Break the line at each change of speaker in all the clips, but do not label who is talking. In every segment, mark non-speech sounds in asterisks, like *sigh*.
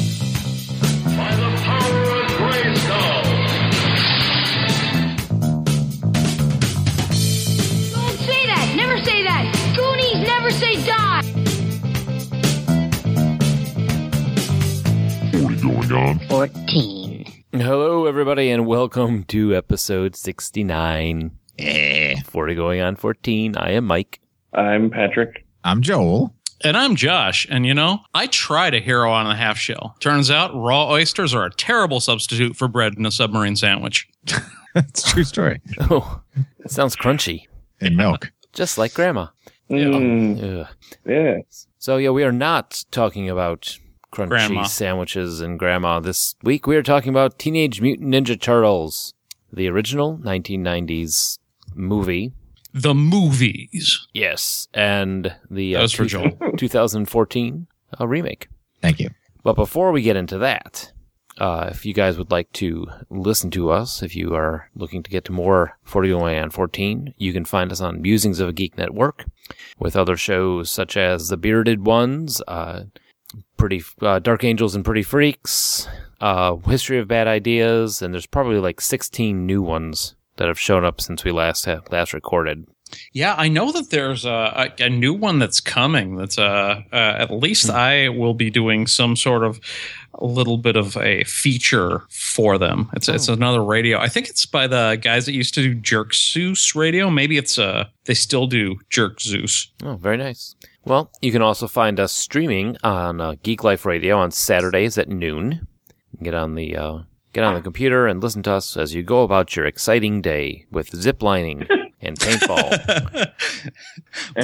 By the power of Grayskull!
Don't say that. Never say that. Goonies never say die.
Hello, everybody, and welcome to episode 69. Eh. 40 going on 14. I am Mike.
I'm Patrick.
I'm Joel.
And I'm Josh, and you know, I tried a hero on a half shell. Turns out raw oysters are a terrible substitute for bread in a submarine sandwich.
It's a true story.
Oh, it sounds crunchy,
And milk.
just like grandma.
Mm,
Ugh.
yeah.
So, yeah, we are not talking about crunchy
Grandma.
sandwiches and grandma this week. We are talking about Teenage Mutant Ninja Turtles, the original 1990s movie.
The movies.
Yes, and the uh,
That was for
*laughs* two-
Joel.
2014 uh, remake.
Thank you.
But before we get into that, uh, if you guys would like to listen to us, if you are looking to get to more 40 Away on 14, you can find us on Musings of a Geek Network with other shows such as The Bearded Ones, uh, Pretty uh, Dark Angels and Pretty Freaks, uh, History of Bad Ideas, and there's probably like 16 new ones that have shown up since we last ha- last recorded.
Yeah, I know that there's a, a, a new one that's coming. That's uh, uh, at least I will be doing some sort of a little bit of a feature for them. It's it's another radio. I think it's by the guys that used to do Jerk Zeus Radio. Maybe it's uh they still do Jerk Zeus.
Oh, very nice. Well, you can also find us streaming on uh, Geek Life Radio on Saturdays at noon. Get on the uh, get on the computer and listen to us as you go about your exciting day with zip lining and paintball,
And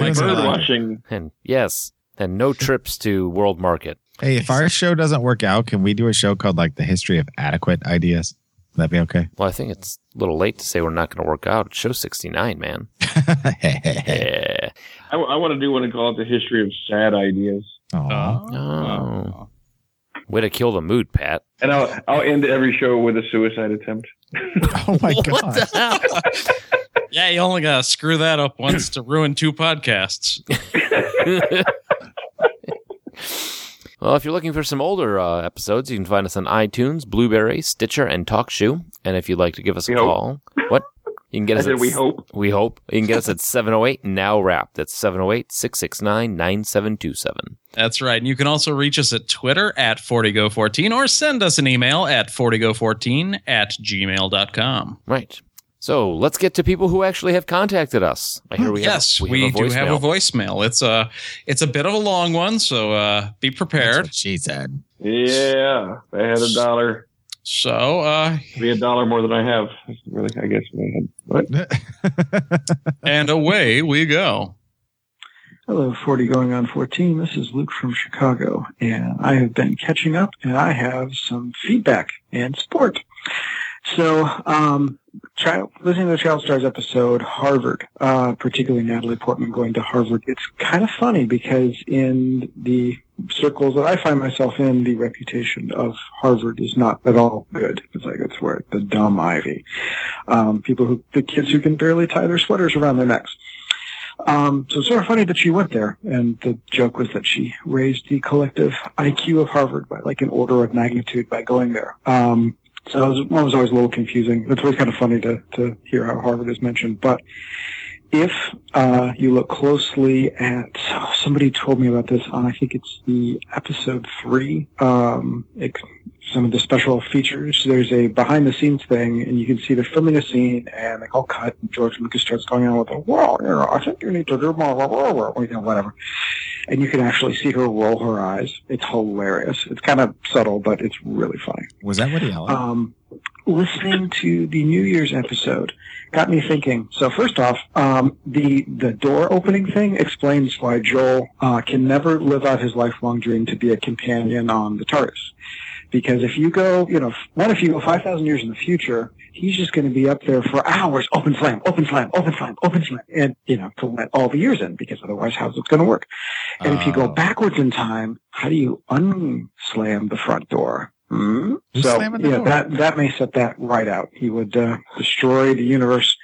Thanks a
bird
lot.
watching.
and yes, and no trips to World Market.
Hey, if our show doesn't work out, can we do a show called like the history of adequate ideas? Would that be *laughs* okay?
Well, I think it's a little late to say we're not going to work out. It's show sixty nine, man. Yeah.
I, want to do one and call it the history of sad ideas.
Uh,
Aw.
Uh,
Oh. Way to kill the mood, Pat.
And I'll, I'll end every show with a suicide attempt.
oh my
What
god.
the hell?
Yeah, you only gotta screw that up once to ruin two podcasts.
Well, if you're looking for some older uh, episodes, you can find us on iTunes, Blueberry, Stitcher, and TalkShoe. And if you'd like to give us a
We hope.
call, what? You can get
I
us
said
at
we
s-
hope.
We hope. You can get us at *laughs* 708 Now Rap. That's 708 669 9727.
That's right. And you can also reach us at Twitter at 40go14 or send us an email at 40go14 at gmail.com.
Right. So let's get to people who actually have contacted us. I hear we
yes,
have,
we, do have a
voicemail.
voicemail. It's a it's a bit of a long one, so uh, be
That's
prepared.
what she said.
Yeah. I had a dollar.
So uh,
Be a dollar more than I have. That's Really, I guess. in my head. What?
and away we go. *laughs*
Hello, 40 going on 14. This is Luke from Chicago, and I have been catching up and I have some feedback and support. So, um, child, listening to the Child Stars episode, Harvard, uh, particularly Natalie Portman going to Harvard, it's kind of funny because in the circles that I find myself in, the reputation of Harvard is not at all good. It's like, it's where the dumb ivy. Um, people who, the kids who can barely tie their sweaters around their necks. Um, so it's sort of funny that she went there, and the joke was that she raised the collective IQ of Harvard by like an order of magnitude by going there. Um, so it was, it was always a little confusing. It's always kind of funny to, to hear how Harvard is mentioned, but if uh, you look closely at oh, somebody told me about this on I think it's the episode three, um, ex- some of the special features. There's a behind the scenes thing, and you can see they're filming a scene, and they call cut, and George Lucas starts going on with a well, you know, I think you need to do more, blah, blah, blah," you know, whatever. And you can actually see her roll her eyes. It's hilarious. It's kind of subtle, but it's really funny.
Was that Woody Allen?
Um, listening to the New Year's episode got me thinking. So first off, um, the the door opening thing explains why Joel uh, can never live out his lifelong dream to be a companion on the TARDIS. Because if you go, you know, what if you go 5,000 years in the future, he's just going to be up there for hours, open slam, open slam, open slam, open slam, and, you know, to let all the years in, because otherwise how's it going to work? And if you go
Uh,
backwards in time, how do you unslam the front door? Hmm?
Who's
So,
slamming the
yeah,
door?
that, that may set that right out. He would uh, destroy the universe,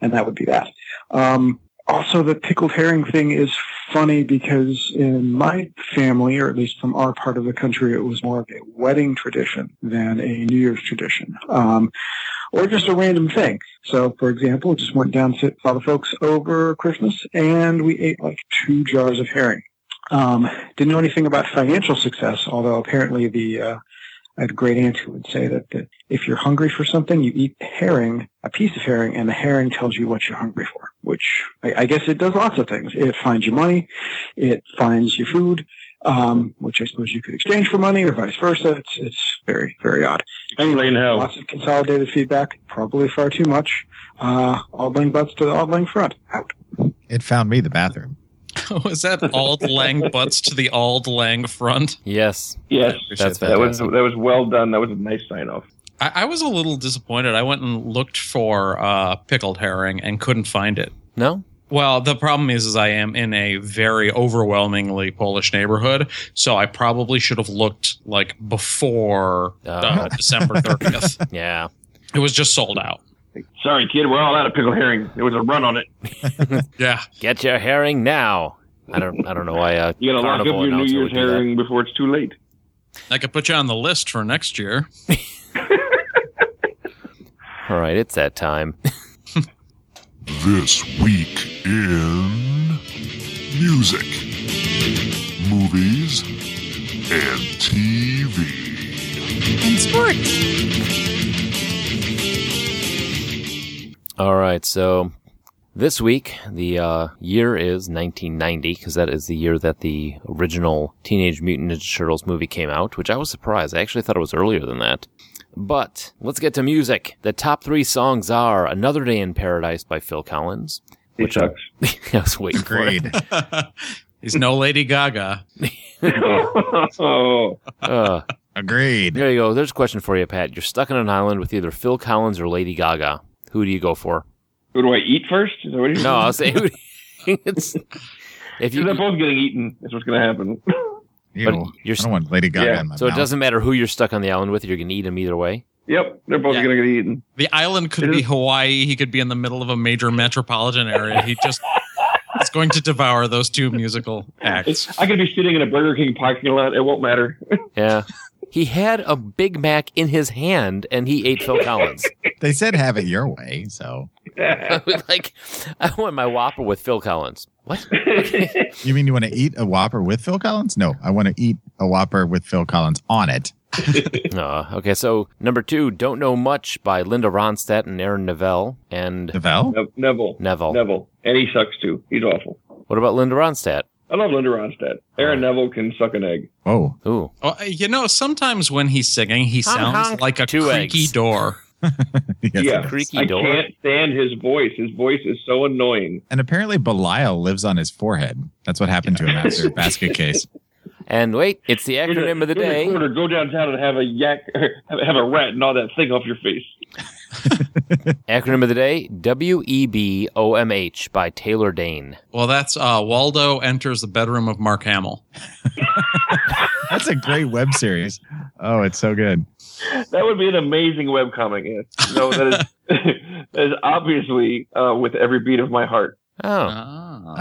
and that would be that. Um, also, the pickled herring thing is funny because in my family, or at least from our part of the country, it was more of a wedding tradition than a New Year's tradition, um, or just a random thing. So, for example, just went down to saw the folks over Christmas, and we ate like two jars of herring. Um, didn't know anything about financial success, although apparently the uh, I had a great aunt who would say that, that if you're hungry for something, you eat herring, a piece of herring, and the herring tells you what you're hungry for, which I, I guess it does lots of things. It finds your money, it finds your food, um, which I suppose you could exchange for money or vice versa. It's, it's very, very odd. Anyway,
Plain hell.
lots of consolidated feedback, probably far too much. Uh, all bling butts to the all bling front. Out.
It found me the bathroom.
Was that Auld Lang butts to the Auld Lang front?
Yes.
Yes.
That's
That was
fantastic.
that was well done. That was a nice sign off.
I, I was a little disappointed. I went and looked for uh, pickled herring and couldn't find it.
No?
Well, the problem is, is I am in a very overwhelmingly Polish neighborhood, so I probably should have looked like before uh,
Uh. *laughs*
December thirtieth.
Yeah.
it was just sold out.
Sorry, kid, we're all out of pickled herring. There was a run on it.
Yeah,
Get your herring now. I don't I don't know why uh
You gotta lock up
Carnival
your New
announcer
Year's
would do that.
herring before it's too late.
I could put you on the list for next
*laughs*
year.
All right, it's that time.
*laughs* This week in music, movies, and TV.
All right, so this week the uh, year is 1990 because that is the year that the original Teenage Mutant Ninja Turtles movie came out, which I was surprised. I actually thought it was earlier than that. But let's get to music. The top three songs are "Another Day in Paradise" by Phil Collins. *laughs*
It sucks. *laughs*
I was waiting for it.
Agreed.
He's no Lady Gaga.
oh,
Uh,
Agreed.
there you go. There's a question for you, Pat. You're stuck on an island with either Phil Collins or Lady Gaga. Who do you go for?
who do I eat first? Is that what you're
No, I'll say who. *laughs* it's, if
They're
you
both getting eaten. That's what's gonna happen. *laughs*
Ew.
But you're-
I don't want Lady Gaga
Yeah.
in my
So
mouth.
it doesn't matter who you're stuck on the island with, you're going to eat them either way.
Yep, they're both
Yeah.
gonna get eaten.
The island could be Hawaii. He could be in the middle of a major metropolitan area. He just *laughs* is going to devour those two musical acts.
I could be sitting in a Burger King parking lot. It
*laughs*
won't matter.
Yeah. he had a Big Mac in his hand and he ate Phil Collins. *laughs*
They said have it your way, so
I was like, I want my Whopper with Phil Collins. What?
you mean you want to eat a Whopper with Phil Collins? No, I want to eat a Whopper with Phil Collins on it.
Uh, okay, so number two, Don't Know Much by Linda Ronstadt and Aaron Neville. And
Neville?
Ne- Neville.
Neville.
Neville. And he sucks too. He's awful.
What about Linda Ronstadt?
I love Linda Ronstadt. Aaron Neville can suck an egg.
Whoa.
Ooh.
Oh, you know, sometimes when he's singing, he
Honk,
sounds
honk,
like a
two
creaky
eggs.
door.
*laughs* Yes, it
yeah,
is.
creaky
I
door.
can't stand his voice. His voice is so annoying.
And apparently Belial lives on his forehead. That's what happened to him after basket case.
And wait, it's the
Here's a-
acronym of the
here's a
day.
quarter, go downtown and have a yak, *laughs* have have a rat, and all that thing off your face.
Acronym of the day, W E B O M H by Taylor Dane.
Well, that's uh, Waldo enters the bedroom of Mark Hamill.
That's a great web series. Oh, it's so good.
That would be an amazing webcomic. Yes. No, that is, *laughs* that is obviously uh, with every beat of my heart.
Oh,
Ah.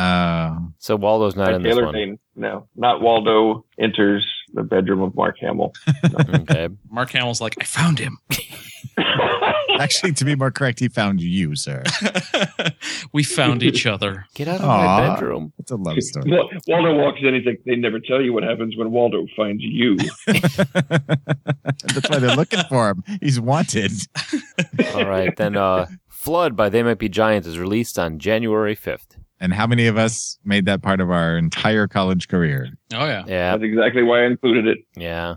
Uh,
so Waldo's not
By
in this
Taylor
one.
Dane. No, not Waldo enters the bedroom of Mark Hamill.
*laughs* Okay.
Mark Hamill's like, I found him. *laughs*
actually, to be more correct, he found you, sir.
we found each other.
Get out of my
Aw.
bedroom.
It's a love story. *laughs*
Wa- *laughs* Waldo walks in. He's like, they never tell you what happens when Waldo finds you.
That's why they're looking for him. He's wanted.
All right, then uh, Flood by They Might Be Giants is released on January 5th.
And how many of us made that part of our entire college career?
Oh, yeah.
Yeah,
That's exactly why I included it.
yeah.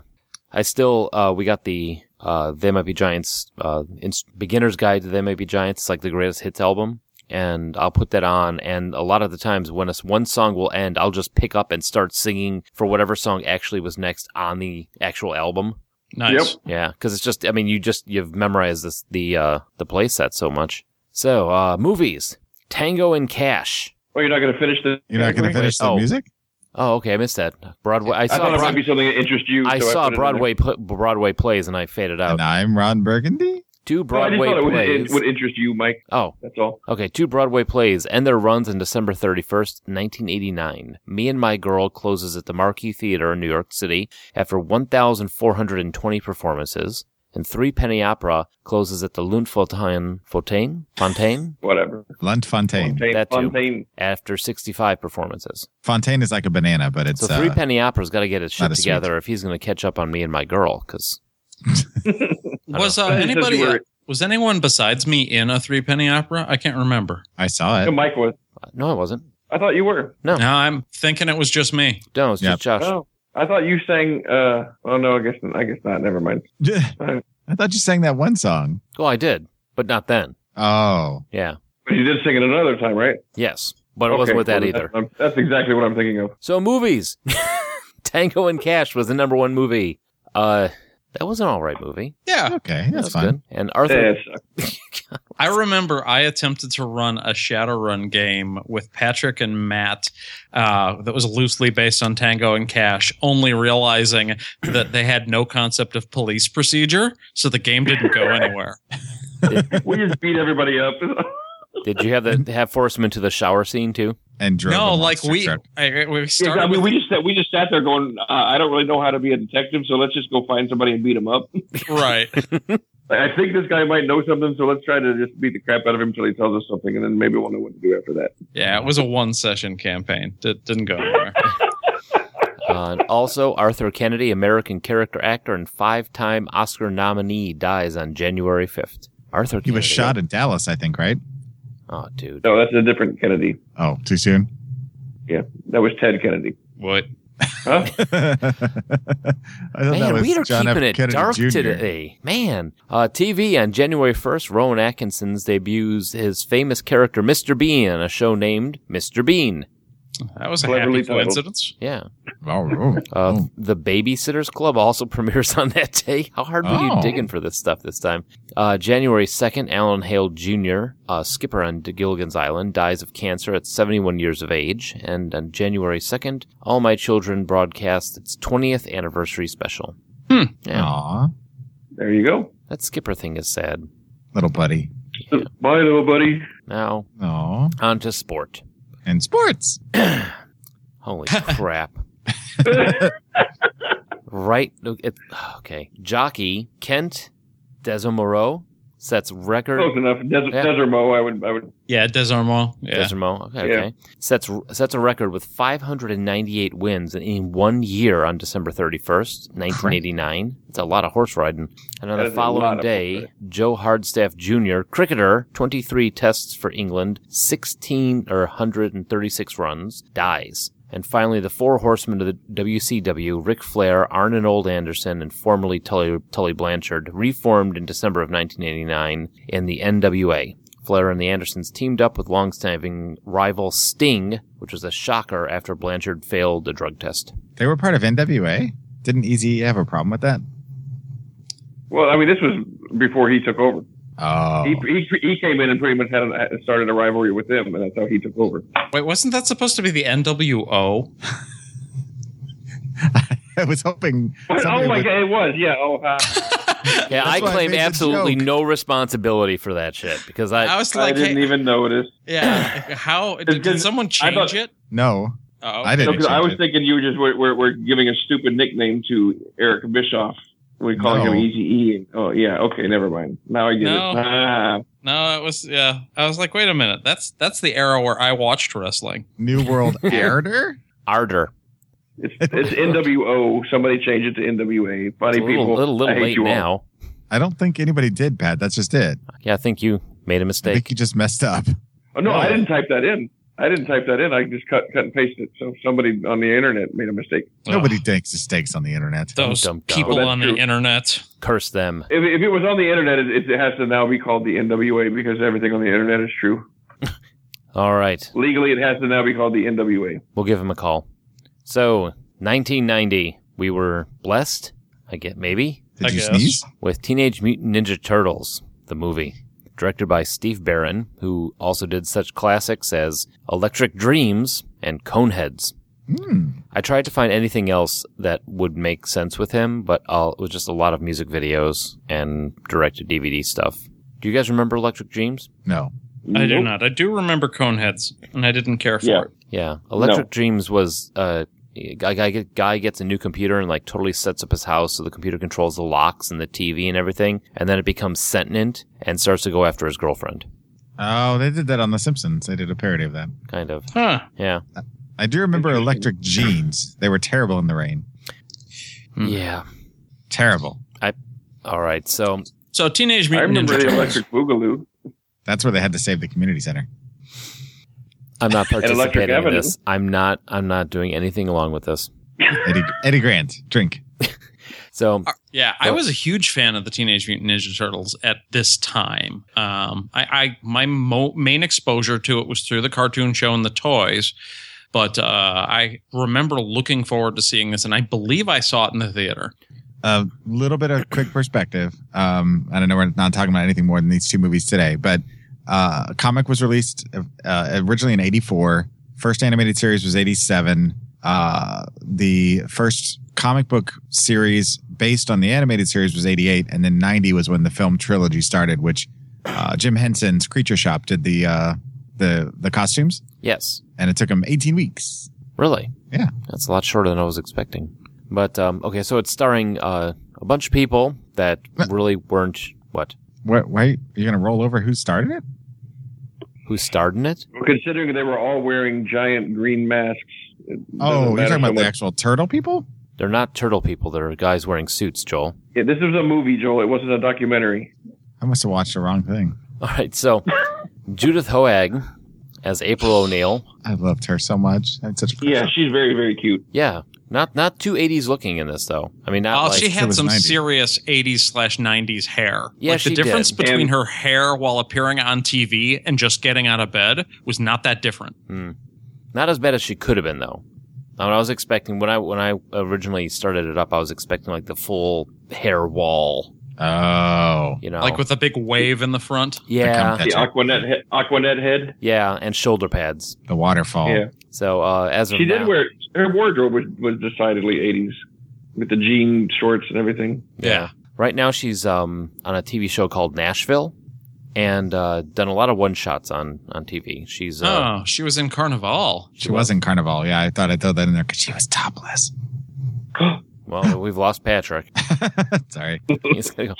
I still, uh, we got the uh, They Might Be Giants, uh, ins- Beginner's Guide to They Might Be Giants. It's like the greatest hits album. And I'll put that on. And a lot of the times when us one song will end, I'll just pick up and start singing for whatever song actually was next on the actual album.
Nice.
Yeah, because it's just I mean you just you've memorized this the uh the play set so much. So uh movies. Tango and Cash.
Oh, you're not going to finish the.
You're not going to
category?
finish the
Oh.
music?
Oh, okay, I missed that. Broadway. I
I
saw
thought it
Broad-
might be something that interests you.
I
so
saw
put it in
Broadway pl- Broadway plays and I faded out.
And I'm Ron Burgundy.
Two
there. No, I just
Broadway
thought it would,
plays.
it would interest you, Mike.
oh,
That's all.
Okay, two Broadway plays end their runs on December 31st, 1989. Me and My Girl closes at the Marquee Theater in New York City after 1,420 performances, and Three Penny Opera closes at the Lundfontein Fontaine, Fontaine
Whatever.
Luntfontaine.
Fontaine.
That too.
Fontaine.
after 65 performances.
Fontaine is like a banana, but it's
So Three
uh,
Penny Opera's got to get his shit
not a sweet.
together if he's going to catch up on Me and My Girl, because
Was uh,
I just
anybody
thought you were-
was anyone besides me in a three penny opera? I can't remember.
I saw *laughs*
No,
it.
Mike was.
uh, no, I wasn't.
I thought you were.
No.
No, I'm thinking it was just me.
No, it's just Josh.
Oh, I thought you sang. Uh, oh no, I guess I guess not. Never mind.
I thought you sang that one song.
Well, I did, but not then.
Oh,
Yeah.
But you did sing it another time, right?
Yes. But it wasn't with that
well,
either.
I'm- that's exactly what I'm thinking of.
So
*laughs*
movies. Tango and Cash was the number one movie. Uh, that was an all right movie.
Yeah,
okay, that's
That was
fine.
good. And Arthur,
Yeah, it sucked.
I remember I attempted to run a Shadowrun game with Patrick and Matt uh, that was loosely based on Tango and Cash, only realizing that they had no concept of police procedure, so the game didn't
*laughs*
go anywhere.
we just beat everybody *laughs* up.
did you have the have Forrest into the shower scene too?
And drove
no,
a
like
monster
we,
truck.
I, we
Yeah,
started.
I
with-
mean, we just sat- we just sat there going, uh, I don't really know how to be a detective, so let's just go find somebody and beat him up.
right.
Like, I think this guy might know something, so let's try to just beat the crap out of him until he tells us something, and then maybe we'll know what to do after that.
Yeah, it was a one session campaign. It didn't go anywhere.
Uh, and also, Arthur Kennedy, American character actor and five time Oscar nominee, dies on January fifth. Arthur
He was
Kennedy.
shot in Dallas, I think, right?
Oh, dude.
No, that's a different Kennedy.
Oh,
*laughs*
too soon.
That was Ted Kennedy.
What?
Huh?
I thought
Man,
that was
we are
John F.
keeping it
Kennedy
dark
Jr.
today. Man, uh, TV on January 1st, Rowan Atkinson's debuts his famous character, Mr. Bean, on a show named Mr. Bean.
That was a
Cleverly
happy
titled.
coincidence.
Yeah.
Oh, oh.
Uh,
Oh.
The Babysitters Club also *laughs* premieres on that day. How hard were you
Oh.
digging for this stuff this time? Uh, January 2nd, Alan Hale Jr., uh, skipper on De Gilligan's Island, dies of cancer at 71 years of age. And on January 2nd, All My Children broadcasts its 20th anniversary special.
Hmm.
Yeah.
Aw,
There you go.
That skipper thing is sad.
little buddy.
Bye, little buddy. *laughs*
Now,
Aw,
on to sport.
and sports.
Holy crap. right. look, It, okay. Jockey Kent Desomoreau sets record.
Close enough. Des-
Yeah.
Desermo, I would, I would.
Yeah, Desarmand. Yeah.
Desmo. Okay,
Yeah.
okay. Sets sets a record with 598 wins in one year on December 31st, 1989. It's a lot of horse riding. And on
That
the
is a lot
following
of horse
day,
riding.
Joe Hardstaff Jr., cricketer, 23 tests for England, 16 or 136 runs, dies. And finally, the four horsemen of the WCW, Ric Flair, Arn and Old Anderson, and formerly Tully, Tully Blanchard, reformed in December of 1989 in the NWA. Flair and the Andersons teamed up with longstanding rival Sting, which was a shocker after Blanchard failed a drug test.
They were part of NWA. Didn't Easy have a problem with that?
Well, I mean, this was before he took over.
Oh,
He, he he came in and pretty much had an, started a rivalry with them, and that's how he took over.
Wait, wasn't that supposed to be the NWO?
*laughs* I was hoping.
oh
somebody
my
would-
god, it was yeah. Oh, uh,
Yeah, I
That's why I
claim
made the
absolutely
joke.
no responsibility for that shit because I,
I was
I
like,
didn't
hey,
even notice.
yeah,
*laughs*
how did, did
because
someone
I
change
thought-
it?
No,
Oh,
I
No,
didn't.
'cause I
change
was
it.
thinking you just were, were, were giving a stupid nickname to Eric Bischoff. We calling
No.
him Easy E. Oh yeah, okay, never mind. Now I get
No.
it. Ah,
no, it was yeah. I was like, wait a minute, that's that's the era where I watched wrestling.
New World
*laughs*
Order.
ardor.
it's it's NWO. Somebody change it to NWA. Funny
It's a little,
people.
little,
I
little
hate
late
you all.
now.
I don't think anybody did, Pat. That's just it.
Yeah, I think you made a
I
mistake.
think you just messed up.
Oh no,
No.
I didn't type that in. I didn't type that in. I just cut cut and pasted it. So somebody on the internet made a mistake.
Nobody takes mistakes on the internet.
Ugh, *laughs* those
Dum-dum-dum.
people
Well, that's
on
true.
the internet.
Curse them.
If, if it was on the internet, it, it has to now be called the NWA because everything on the internet is true.
All right,
Legally, it has to now be called the NWA.
we'll give him a call. So, 1990, we were blessed. I get maybe
Did
I
you
guess.
sneeze?
with Teenage Mutant Ninja Turtles, the movie, directed by Steve Barron, who also did such classics as Electric Dreams and Coneheads. I tried to find anything else that would make sense with him, but all, it was just a lot of music videos and direct to DVD stuff. Do you guys remember Electric Dreams?
No.
I do
Nope.
not. I do remember Coneheads, and I didn't care for
Yeah.
it.
Yeah, Electric Dreams was uh, a guy, guy get- guy gets a new computer and like totally sets up his house so the computer controls the locks and the TV and everything, and then it becomes sentient and starts to go after his girlfriend.
Oh, they did that on The Simpsons. They did a parody of that.
Kind of,
Huh.
yeah,
I do remember electric jeans. They were terrible in the rain.
Hmm.
yeah.
Terrible.
All right, so
So Teenage
I
Mutant Ninja
remember the
Turtles.
Electric Boogaloo.
That's where they had to save the community center.
I'm not
Electric
participating in
Avenue.
this. I'm not. I'm not doing anything along with this.
Eddie, Eddie Grant, drink.
So
Yeah, I
Oh.
was a huge fan of the Teenage Mutant Ninja Turtles at this time. Um, I, I my mo- main exposure to it was through the cartoon show and the toys, but uh, I remember looking forward to seeing this, and I believe I saw it in the theater.
a little bit of quick perspective. Um, I don't know we're not talking about anything more than these two movies today, but uh, a comic was released uh, originally in '84. First animated series was '87. Uh, the first comic book series based on the animated series was '88, and then '90 was when the film trilogy started, which uh, Jim Henson's Creature Shop did the uh, the the costumes,
yes,
and it took him 18 weeks.
really,
Yeah.
that's a lot shorter than I was expecting. But um, okay, so it's starring uh, a bunch of people that really weren't what
What? Wait, you're gonna roll over who started it?
who starred in it.
Considering they were all wearing giant green masks. it doesn't
Oh, you're
matter
talking
so
about the
much.
actual turtle people.
They're not turtle people. They're guys wearing suits, Joel. *laughs*
Yeah, this was a movie, Joel. It wasn't a documentary.
I must have watched the wrong thing.
All right, so Judith Hoag as April O'Neil.
I loved her so much. I had such a crush
Yeah,
on-
she's very, very cute.
Yeah, not not too 80s looking in this though. I mean, not
Oh,
like,
she
It
had
was
some
90s.
serious '80s slash '90s hair.
Yeah,
like
she
the difference
did.
between
And-
her hair while appearing on TV and just getting out of bed was not that different.
Not as bad as she could have been though. I, mean, I was expecting when I when I originally started it up, I was expecting like the full hair wall,
Oh.
you know,
Like with a big wave in the front.
yeah,
The
The
That's right.
Aquanet, he- Aquanet head.
yeah, and shoulder pads.
The waterfall.
Yeah.
So uh, as of
She did
now-
wear her wardrobe was, was decidedly 80s with the jean shorts and everything. *gasps*
Yeah.
Right now, she's um, on a TV show called Nashville, and uh, done a lot of one shots on on TV. She's uh,
Oh, she was in Carnival.
She was in Carnival. Yeah, I thought I throw that in there because she was topless. *laughs*
well, we've
*laughs*
lost Patrick.
Sorry.
He's gonna go,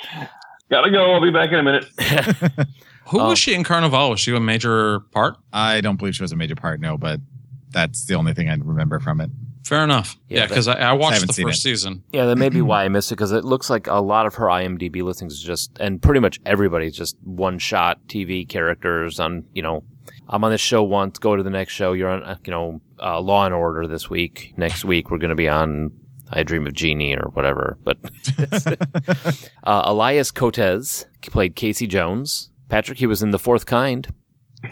Gotta go. I'll be back in a minute. *laughs*
Who
Oh.
was she in Carnival? Was she a major part?
I don't believe she was a major part, no, but that's the only thing I remember from it.
Fair enough.
Yeah,
Yeah, because I, I
I
watched
haven't
the
seen
first
it.
season.
yeah, that may be why I missed it because it looks like a lot of her IMDb listings is just and pretty much everybody's just one shot TV characters on you know. I'm on this show once. Go to the next show. You're on, uh, you know, uh, Law and Order this week. Next week we're going to be on I Dream of Jeannie or whatever. But *laughs* uh, Elias Cotes played Casey Jones. Patrick, he was in The Fourth Kind.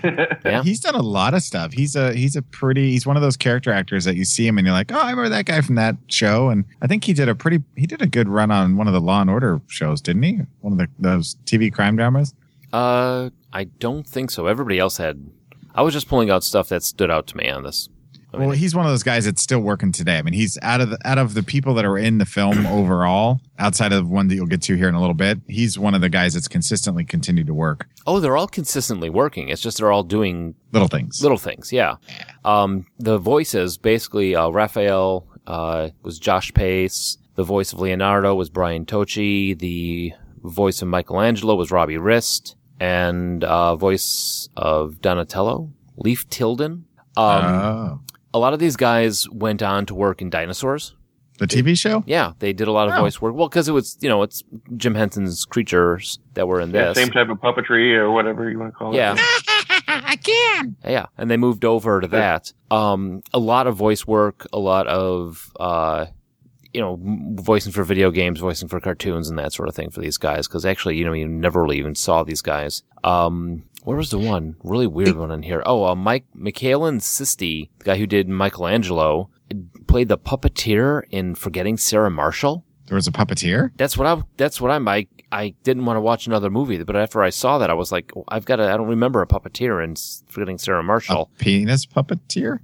Yeah.
He's done a lot of stuff. He's a he's a pretty he's one of those character actors that you see him and you're like, Oh, I remember that guy from that show. And I think he did a pretty he did a good run on one of the Law and Order shows, didn't he? One of the those TV crime dramas.
Uh, I don't think so. Everybody else had. I was just pulling out stuff that stood out to me on this. I mean-
well, he's one of those guys that's still working today. I mean, he's out of the, out of the people that are in the film *clears throat* overall, outside of one that you'll get to here in a little bit. He's one of the guys that's consistently continued to work
Oh, they're all consistently working. It's just they're all doing
little things.
little things. Yeah. Um, the voices basically uh, Raphael uh, was Josh Pace. The voice of Leonardo was Brian Tochi. The voice of Michelangelo was Robbie Rist, and uh, voice of Donatello, Leaf Tilden. Um,
oh,
a lot of these guys went on to work in dinosaurs.
the TV show.
Yeah, they did a lot of
Oh.
voice work. Well, because it was you know it's Jim Henson's creatures that were in
Yeah,
this.
same type of puppetry or whatever you want to call it.
Yeah. Yeah, and they moved over to that. Um, a lot of voice work, a lot of uh, you know, m- voicing for video games, voicing for cartoons, and that sort of thing for these guys. Because actually, you know, you never really even saw these guys. Um, where was the one really weird one in here? Oh, uh, Mike Michaelin Sisti, the guy who did Michelangelo, played the puppeteer in Forgetting Sarah Marshall.
There was a puppeteer.
That's what I. That's what I'm. I I didn't want to watch another movie, but after I saw that, I was like, oh, I've got. to I don't remember a puppeteer and s- forgetting Sarah
A
Uh,
Marshall.
penis puppeteer.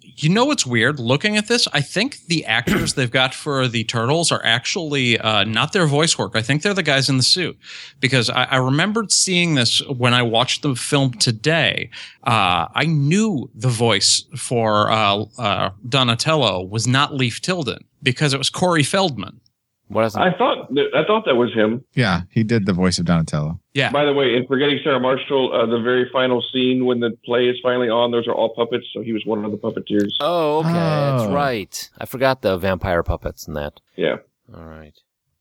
You know what's weird? Looking at this, I think the actors they've got for the turtles are actually uh, not their voice work. I think they're the guys in the suit because I, I remembered seeing this when I watched the film today. Uh, I knew the voice for uh, uh, Donatello was not Leaf Tilden because it was Corey Feldman.
What else?
I thought that, I thought that was him.
Yeah, he did the voice of Donatello.
Yeah,
By the way, and forgetting Sarah Marshall, uh, the very final scene when the play is finally on, those are all puppets. So he was one of the puppeteers.
oh, okay, that's
Oh.
right. I forgot the vampire puppets and that.
Yeah.
All right.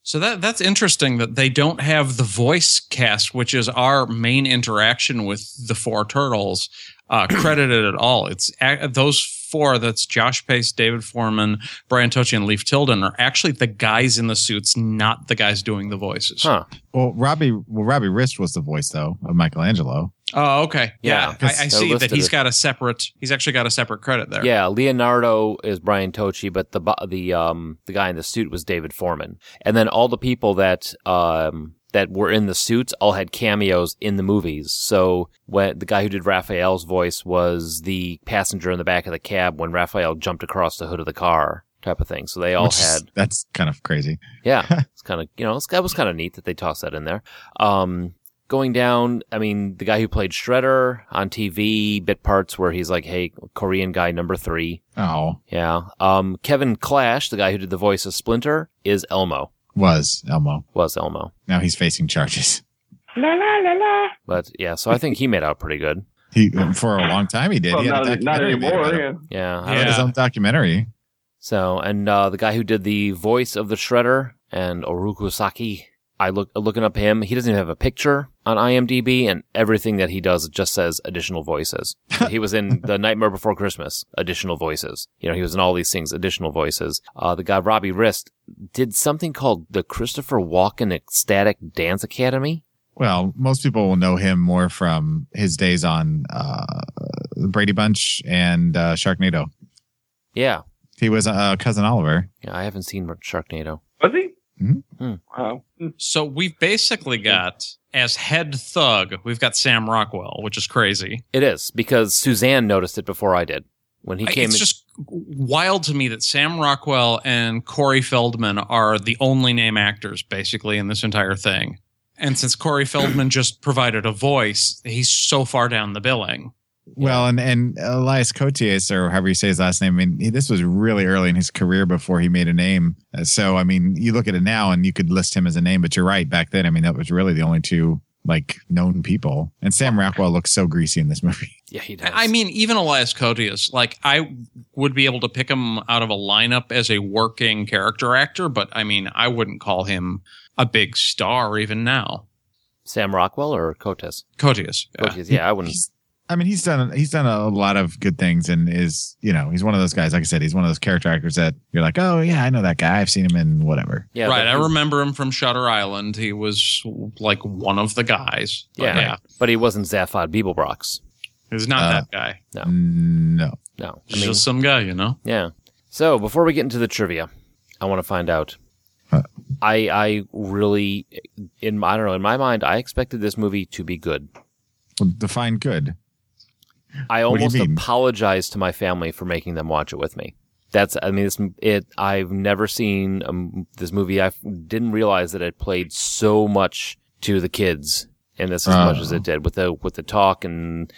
So that that's interesting that they don't have the voice cast, which is our main interaction with the four turtles, uh,
*clears throat*
credited at all. It's a- those four. That's Josh Pace, David Foreman, Brian Tochi, and Leaf Tilden are actually the guys in the suits, not the guys doing the voices.
Huh.
Well, Robbie, well, Robbie Wrist was the voice though of Michelangelo.
Oh, okay.
Yeah,
Yeah, I, I
they're
see that
listed
he's
as-
got a separate. He's actually got a separate credit there.
Yeah, Leonardo is Brian Tochi, but the bo- the um the guy in the suit was David Foreman, and then all the people that um that were in the suits all had cameos in the movies. So when the guy who did Raphael's voice was the passenger in the back of the cab when Raphael jumped across the hood of the car, type of thing. So they all
which is-
had
that's kind of crazy. *laughs*
yeah, it's kind of you know, it's, that was kind of neat that they tossed that in there. Um, going down, I mean, the guy who played Shredder on TV bit parts where he's like, "Hey, Korean guy number three.
Oh,
Yeah. Um, Kevin Clash, the guy who did the voice of Splinter, is Elmo.
was Elmo.
Was Elmo?
Now he's facing charges.
But yeah, so I think he made out pretty good.
He for a long time he did.
Well,
he had a
not, not
documentary made
anymore.
about him.
Yeah.
Yeah. I
He had
don't-
his
Yeah.
own documentary.
So, and uh, the guy who did the voice of the Shredder and Oruku Saki, I look looking up him. He doesn't even have a picture on IMDb, and everything that he does just says additional voices. he was in The Nightmare Before Christmas, additional voices. You know, he was in all these things, additional voices. Uh, the guy Robbie Wrist did something called the Christopher Walken Ecstatic Dance Academy.
Well, most people will know him more from his days on uh, the Brady Bunch and uh, Sharknado.
Yeah,
He was uh, cousin Oliver.
yeah, I haven't seen Sharknado.
Was he?
Mhm.
Hmm.
Wow.
So we've basically got as head thug, we've got Sam Rockwell, which is crazy.
It is because Suzanne noticed it before I did when he
I-
came.
it's
in-
just wild to me that Sam Rockwell and Corey Feldman are the only name actors basically in this entire thing. And since Corey
*clears throat*
Feldman just provided a voice, he's so far down the billing.
Well, and and Elias Cotius, or however you say his last name. I mean, he, this was really early in his career before he made a name. Uh, So, I mean, you look at it now, and you could list him as a name. But you're right. Back then, I mean, that was really the only two like known people. And Sam Rockwell looks so greasy in this *laughs* movie.
yeah, he does.
I I mean, even Elias Cotius, like I would be able to pick him out of a lineup as a working character actor, but I mean, I wouldn't call him a big star even now.
Sam Rockwell or Cotes.
Cotius. yeah.
Cotes, yeah, I wouldn't.
He's- I mean, he's done he's done a lot of good things, and is you know he's one of those guys. Like I said, he's one of those character actors that you're like, oh yeah, I know that guy. I've seen him in whatever.
Yeah,
right.
but
I
he-
remember him from Shutter Island. He was like one of the guys. But,
Yeah. but he wasn't Zaphod Beeblebrox.
He's not
Uh,
that guy.
No,
No, I
He's
mean,
just some guy, you know?
yeah. So before we get into the trivia, I want to find out.
Huh.
I I really in my- I don't know in my mind I expected this movie to be good.
well, define good.
I
What do you
almost
mean?
apologized to my family for making them watch it with me. That's I mean this it I've never seen um, this movie. I didn't realize that it played so much to the kids in this as much
Oh.
as it did with the with the talk and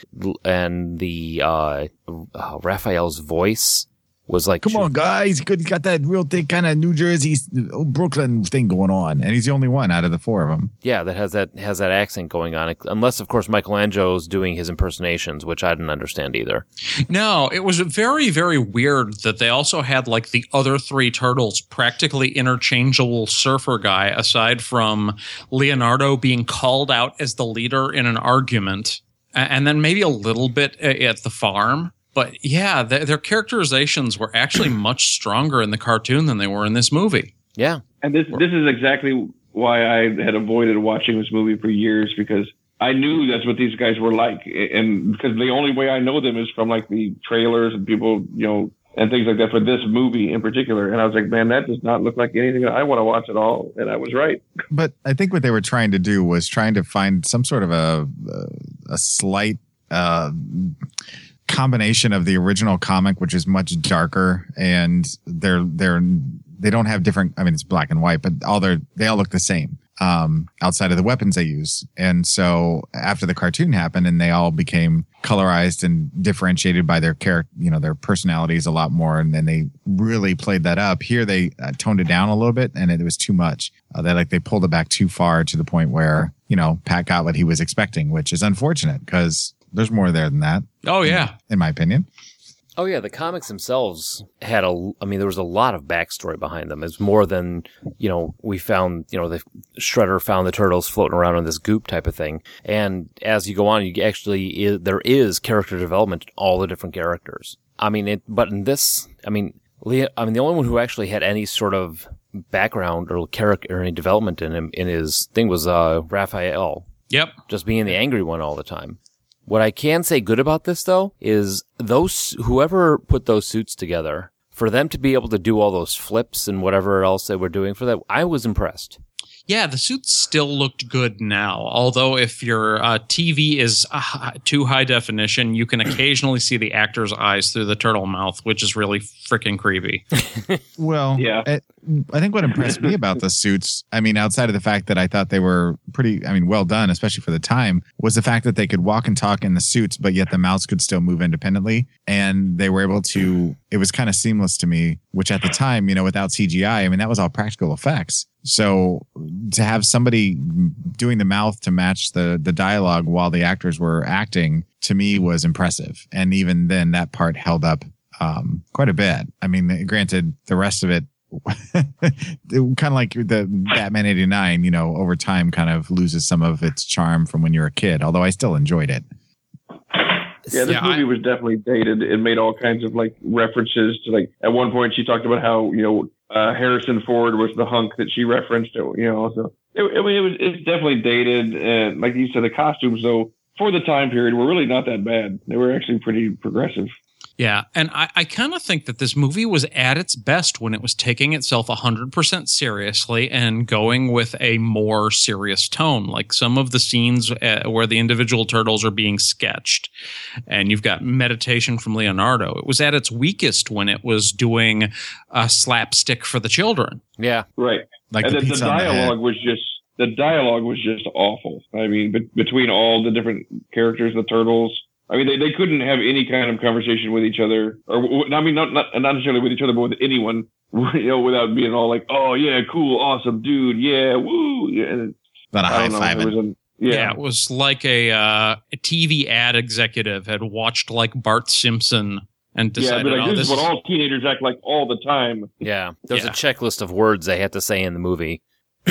and the uh, uh, Raphael's voice was like
Come on, guys, good. He's got that real thick kind of New Jersey, oh, Brooklyn thing going on, and he's the only one out of the four of them.
yeah that has that has that accent going on unless of course Michelangelo's doing his impersonations which I didn't understand either
No, it was very, very weird that they also had like the other three turtles practically interchangeable surfer guy, aside from Leonardo being called out as the leader in an argument, a- and then maybe a little bit a- at the farm. But yeah, th- their characterizations were actually much stronger in the cartoon than they were in this movie.
yeah
And this this is exactly why I had avoided watching this movie for years because I knew that's what these guys were like, and because the only way I know them is from like the trailers and people you know and things like that for this movie in particular. And I was like, man, that does not look like anything that I want to watch at all. And I was right.
But I think what they were trying to do was trying to find some sort of a a slight uh, combination of the original comic, which is much darker, and they're they're they don't have different. I mean, it's black and white, but all their they all look the same um, outside of the weapons they use. And so after the cartoon happened, and they all became colorized and differentiated by their character, you know, their personalities a lot more, and then they really played that up. Here they uh, toned it down a little bit, and it was too much. Uh, they like they pulled it back too far to the point where you know Pat got what he was expecting, which is unfortunate because there's more there than that,
Oh yeah,
in my opinion.
Oh yeah, the comics themselves had a. I mean, there was a lot of backstory behind them. It's more than you know. We found you know the Shredder found the turtles floating around in this goop type of thing. And as you go on, you actually i there is character development in all the different characters. I mean, it, but in this, I mean, Leah, I mean, the only one who actually had any sort of background or character or any development in him in his thing was uh, Raphael
yep.
just being the angry one all the time. What I can say good about this though is those whoever put those suits together for them to be able to do all those flips and whatever else they were doing for that, I was impressed.
Yeah, the suits still looked good now. Although, if your uh, TV is uh, hi- too high definition, you can occasionally see the actor's eyes through the turtle mouth, which is really freaking creepy.
Well,
Yeah.
I, I think what impressed me about the suits, I mean, outside of the fact that I thought they were pretty, I mean, well done, especially for the time, was the fact that they could walk and talk in the suits, but yet the mouths could still move independently. And they were able to, it was kind of seamless to me, which at the time, you know, without CGI, I mean, that was all practical effects. So to have somebody doing the mouth to match the the dialogue while the actors were acting to me was impressive. And even then, that part held up um, quite a bit. I mean, granted, the rest of it, *laughs* kind of like the Batman 89, you know, over time kind of loses some of its charm from when you were a kid, although I still enjoyed it.
Yeah, this
Yeah, I-
movie was definitely dated. It made all kinds of like references to like at one point she talked about how you know uh, Harrison Ford was the hunk that she referenced. You know, so it, I mean, it was it's definitely dated. And like you said, the costumes though for the time period were really not that bad. They were actually pretty progressive.
Yeah, and I, I kind of think that this movie was at its best when it was taking itself 100% seriously and going with a more serious tone. Like some of the scenes uh, where the individual turtles are being sketched, and you've got meditation from Leonardo. It was at its weakest when it was doing a slapstick for the children.
Yeah.
Right.
Like
and
the,
the, the
pizza on the head.
dialogue was just the dialogue was just awful. I mean, bet between all the different characters, the turtles. I mean, they, they couldn't have any kind of conversation with each other, or w- w- I mean, not, not not necessarily with each other, but with anyone, *laughs* you know, without being all like, "Oh yeah, cool, awesome, dude, yeah, woo." Yeah, and
Not a
I
high
don't know,
five.
it was an- yeah,
it was like a, uh, a TV ad executive had watched like Bart Simpson and
yeah. I'd
decided,
be like,
oh,
this,
this
is what
is-
all teenagers act like all the time.
Yeah. There's
Yeah.
a checklist of words they had to say in the movie. *clears throat*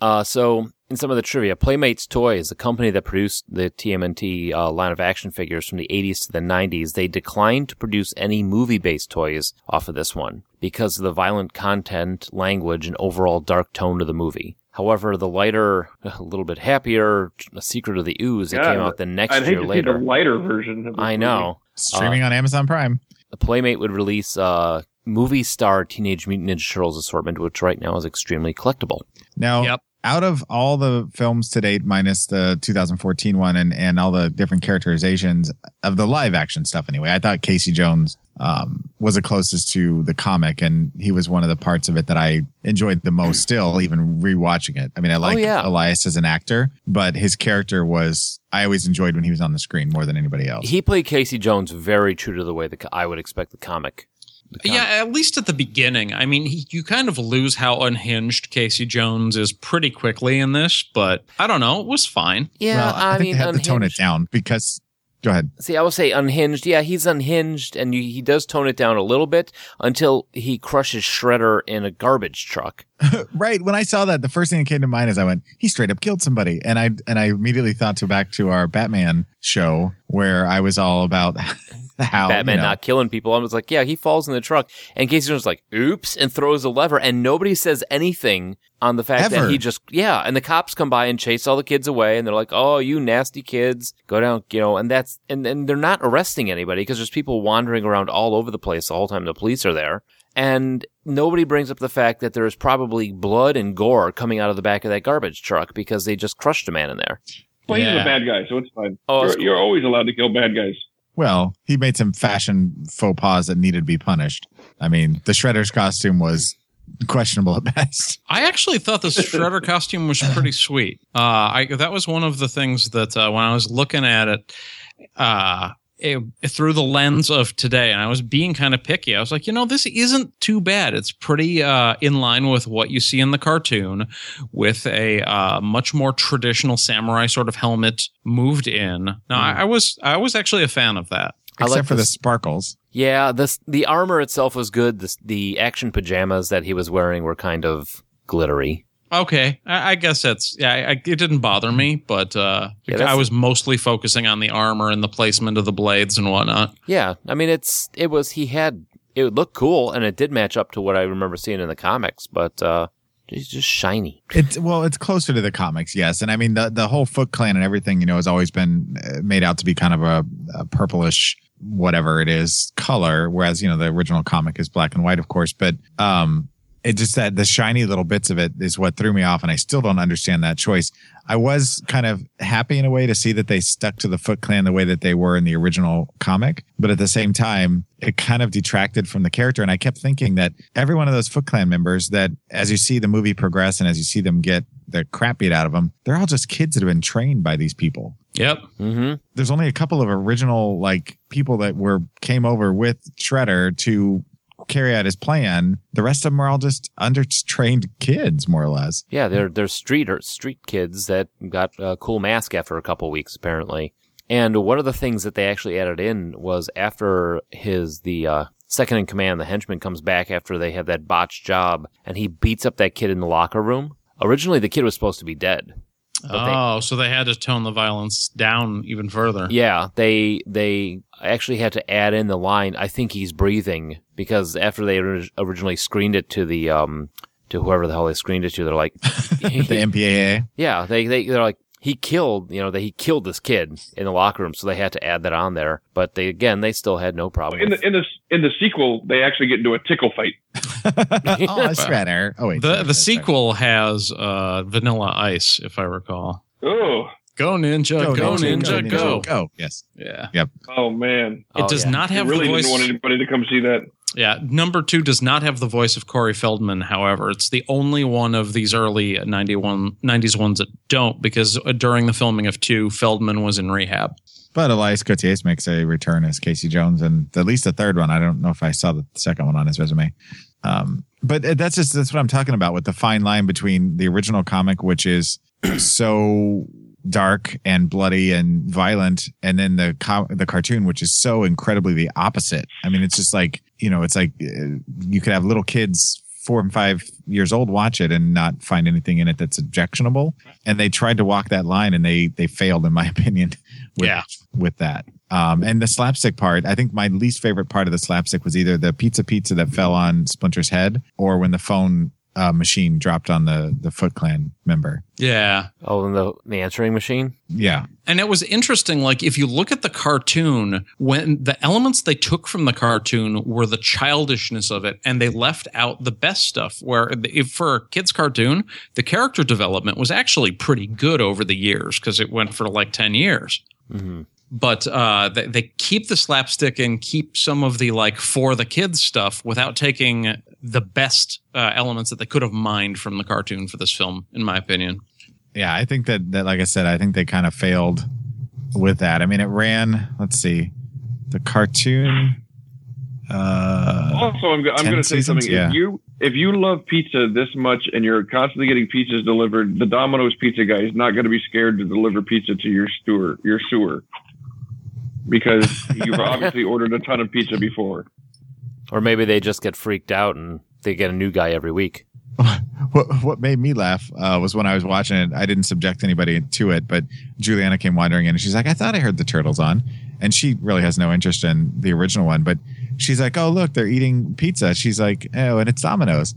uh, so, in some of the trivia, Playmates Toys, the company that produced the TMNT uh, line of action figures from the 80s to the 90s, they declined to produce any movie based toys off of this one because of the violent content, language, and overall dark tone of the movie. However, the lighter, *laughs* a little bit happier Secret of the Ooze that
God,
came out the next
I'd hate
year
to see
later.
the lighter version. Of this
I know.
uh,
Streaming on Amazon Prime.
The Playmate would release uh, movie star Teenage Mutant Ninja Turtles assortment, which right now is extremely collectible.
Now,
Yep.
out of all the films to date, minus the 2014 one and, and all the different characterizations of the live action stuff, anyway, I thought Casey Jones um, was the closest to the comic, and he was one of the parts of it that I enjoyed the most still, even rewatching it. I mean, I like
Oh, yeah.
Elias as an actor, but his character was, I always enjoyed when he was on the screen more than anybody else.
He played Casey Jones very true to the way the co- I would expect the comic. the comic-
Yeah, at least at the beginning. I mean, he, you kind of lose how unhinged Casey Jones is pretty quickly in this, but I don't know. It was fine.
yeah.
well, I,
I,
think
mean, um,
they had to tone it
unhinged-
down because, go ahead.
See, I would say unhinged. Yeah, he's unhinged, and you, he does tone it down a little bit until he crushes Shredder in a garbage truck.
Right. When I saw that, the first thing that came to mind is I went, he straight up killed somebody. And I and I immediately thought to back to our Batman show where I was all about *laughs* the how
Batman
you know.
not killing people. I was like, yeah, he falls in the truck. And Casey Jones is like, oops, and throws a lever, and nobody says anything on the fact
Ever.
that he just, yeah. And the cops come by and chase all the kids away, and they're like, oh, you nasty kids, go down, you know. And that's and and they're not arresting anybody because there's people wandering around all over the place the whole time the police are there. And nobody brings up the fact that there is probably blood and gore coming out of the back of that garbage truck because they just crushed a man in there.
Well, he's
Yeah.
a bad guy, so it's fine.
Oh, that's
you're, you're always allowed to kill bad guys.
Well, he made some fashion faux pas that needed to be punished. I mean, the Shredder's costume was questionable at best.
I actually thought this Shredder costume was pretty sweet. Uh, I, that was one of the things that uh, when I was looking at it, uh, it, through the lens of today, and I was being kind of picky. I was like, you know, this isn't too bad. It's pretty uh, in line with what you see in the cartoon, with a uh, much more traditional samurai sort of helmet moved in. Now, I, I was I was actually a fan of that.
I
Except
like
for the
this-
sparkles.
Yeah, the the armor itself was good. The, the action pajamas that he was wearing were kind of glittery.
Okay, I, I guess that's yeah. I, I- it didn't bother me, but uh,
Yeah, that's-
I was mostly focusing on the armor and the placement of the blades and whatnot.
Yeah, I mean it's it was he had it looked cool and it did match up to what I remember seeing in the comics, but uh he's just shiny.
It's well, it's closer to the comics, yes. And I mean, the the whole Foot Clan and everything, you know, has always been uh, made out to be kind of a, a purplish whatever it is color, whereas you know the original comic is black and white, of course. But um, it just that the shiny little bits of it is what threw me off, and I still don't understand that choice. I was kind of happy in a way to see that they stuck to the Foot Clan the way that they were in the original comic, but at the same time, it kind of detracted from the character. And I kept thinking that every one of those Foot Clan members, that as you see the movie progress and as you see them get the crap beat out of them, they're all just kids that have been trained by these people
Yep.
Mm-hmm.
there's only a couple of original like people that were came over with Shredder to carry out his plan. The rest of them are all just undertrained kids, more or less.
Yeah, they're they're street or street kids that got a cool mask after a couple weeks apparently. And one of the things that they actually added in was after his the uh, second in command, the henchman comes back after they have that botched job, and he beats up that kid in the locker room. Originally, the kid was supposed to be dead. But they-
oh, so they had to tone the violence down even further.
Yeah, they they actually had to add in the line. I think he's breathing because after they orig- originally screened it to the um to whoever the hell they screened it to, they're like, *laughs*
The MPAA.
yeah, they they they're like he killed you know that he killed this kid in the locker room, so they had to add that on there. But they again they still had no problem.
In
with-
the in the in the sequel, they actually get into a tickle fight.
oh, it's Shredder. Oh wait, sorry,
The
sorry,
the
sorry.
sequel has uh, Vanilla Ice, if I recall.
Oh,
Go ninja, go, ninja, go.
go. Yes,
Yeah.
oh man!
Oh,
it does
yeah.
not
I
have
really
the
didn't
voice.
want anybody to come see that.
Yeah, number two does not have the voice of Corey Feldman, however. It's the only one of these early 91, 90s ones that don't, because uh, during the filming of two, Feldman was in rehab.
but Elias Cotier makes a return as Casey Jones, and at least the third one. I don't know if I saw the second one on his resume. Um, but uh, that's just that's what I'm talking about with the fine line between the original comic, which is so dark and bloody and violent, and then the co- the cartoon, which is so incredibly the opposite. I mean, it's just like you know, it's like uh, you could have little kids four and five years old watch it and not find anything in it that's objectionable. And they tried to walk that line, and they they failed, in my *laughs* opinion. With,
Yeah.
with that. Um, and the slapstick part, I think my least favorite part of the slapstick was either the pizza pizza that fell on Splinter's head, or when the phone uh, machine dropped on the the Foot Clan member.
Yeah.
oh, and the the answering machine.
Yeah,
And it was interesting. Like, if you look at the cartoon, when the elements they took from the cartoon were the childishness of it, and they left out the best stuff. Where, if for a kids' cartoon, the character development was actually pretty good over the years because it went for like 10 years.
hmm
but uh, they, they keep the slapstick and keep some of the like for the kids stuff without taking the best uh, elements that they could have mined from the cartoon for this film, in my opinion.
yeah. I think that that like I said, I think they kind of failed with that. I mean, it ran. Let's see, the cartoon. Uh,
Also, I'm, go- I'm
Ten
going to say
seasons?
something.
Yeah.
If you if you love pizza this much and you're constantly getting pizzas delivered, the Domino's pizza guy is not going to be scared to deliver pizza to your sewer, your sewer, because
*laughs*
you've obviously ordered a ton of pizza before.
Or maybe they just get freaked out and they get a new guy every week.
what, what made me laugh uh, was when I was watching it. I didn't subject anybody to it, but Juliana came wandering in and she's like, I thought I heard the turtles on. And she really has no interest in the original one, but she's like, Oh, look, they're eating pizza. She's like, Oh, and it's Domino's.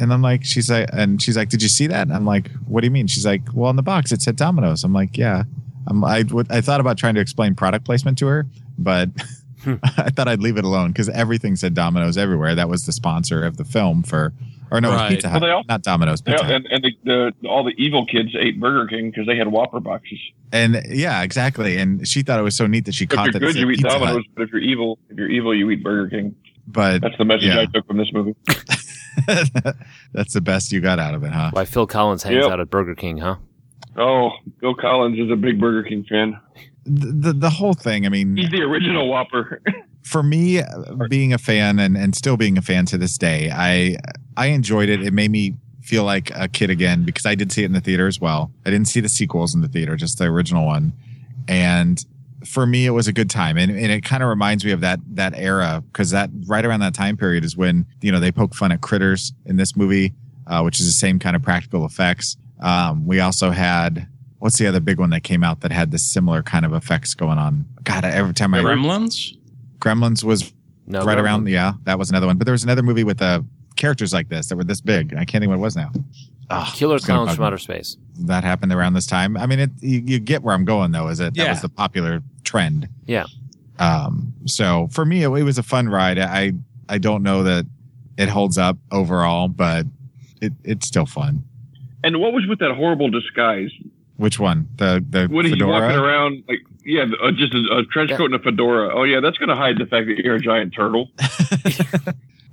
And I'm like, She's like, and she's like, Did you see that? And I'm like, What do you mean? She's like, Well, on the box, it said Domino's. I'm like, Yeah. I'm, I, w- I thought about trying to explain product placement to her, but *laughs* I thought I'd leave it alone because everything said Domino's everywhere. That was the sponsor of the film for, or no, it was
Right.
Pizza Hut,
Well, they all-
not Domino's. Pizza Hut.
Yeah, and, and the, the, all the evil kids ate Burger King because they had Whopper boxes.
And yeah, exactly. And she thought it was so neat that she
If
caught
you're
that.
good,
it's
you eat
Pizza Hut.
Domino's. But if you're evil, if you're evil, you eat Burger King.
But *laughs*
That's the message
Yeah.
I took from this movie.
that's the best you got out of it, huh?
Why Phil Collins hangs
Yep.
out at Burger King, huh?
Oh, Bill Collins is a big Burger King fan.
The, the the whole thing. I mean,
He's the original Whopper. *laughs*
for me, uh, being a fan and and still being a fan to this day, I I enjoyed it. It made me feel like a kid again because I did see it in the theater as well. I didn't see the sequels in the theater, just the original one. And for me, it was a good time, and, and it kind of reminds me of that that era because that right around that time period is when you know they poke fun at critters in this movie, uh, which is the same kind of practical effects. Um, we also had what's the other big one that came out that had the similar kind of effects going on. God, every time I
Gremlins.
Gremlins was
No,
right
no.
around yeah that was another one but there was another movie with uh characters like this that were this big i can't think what it was now Ah,
Killer
it's gonna
Clowns
bug
from
me.
Outer Space.
that happened around this time i mean it you, you get where i'm going though is that that
Yeah.
was the popular trend
Yeah.
um so for me it, it was a fun ride i i don't know that it holds up overall but it, it's still fun
and what was with that horrible disguise?
which one the the
What are you
fedora?
walking around like? Yeah, uh, just a, a trench
Yeah.
coat and a fedora. Oh yeah, that's going to hide the fact that you're a giant turtle.
Or when he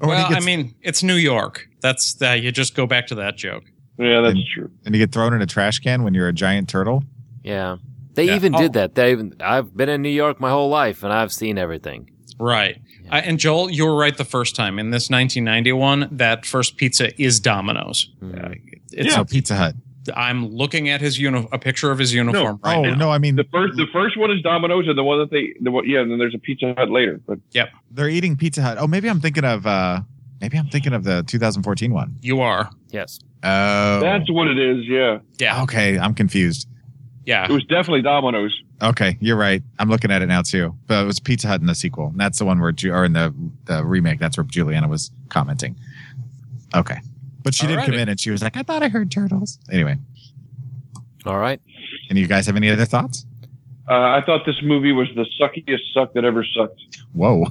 well,
gets-
I mean, it's New York. That's that. You just go back to that joke.
Yeah, that's
And-
true.
and you get thrown in a trash can when you're a giant turtle
Yeah. They
Yeah.
even
Oh.
did that. They even, I've been in New York my whole life and I've seen everything.
Right. I, and Joel, you were right the first time. In this 1991, that first pizza is Domino's. Uh,
Mhm.
It's
so pizza hut
I'm looking at his uni- a picture of his uniform right
oh
now.
no i mean
The first, the first one is Domino's, and the one that they, the one, yeah, and then there's a Pizza Hut later. But
They're eating Pizza Hut. Oh, maybe I'm thinking of uh maybe I'm thinking of the 2014 one.
You are.
Yes.
Oh,
that's what it is. Yeah,
Yeah.
okay. I'm confused.
it
Yeah.
was definitely Domino's.
Okay, you're right. I'm looking at it now too. But it was Pizza Hut in the sequel. And that's the one where Ju- or in the the remake. That's where Juliana was commenting. Okay, but she did
Alrighty.
come in and she was like, "I thought I heard turtles." Anyway,
All right.
and you guys have any other thoughts?
Uh, I thought this movie was the suckiest suck that ever sucked.
Whoa,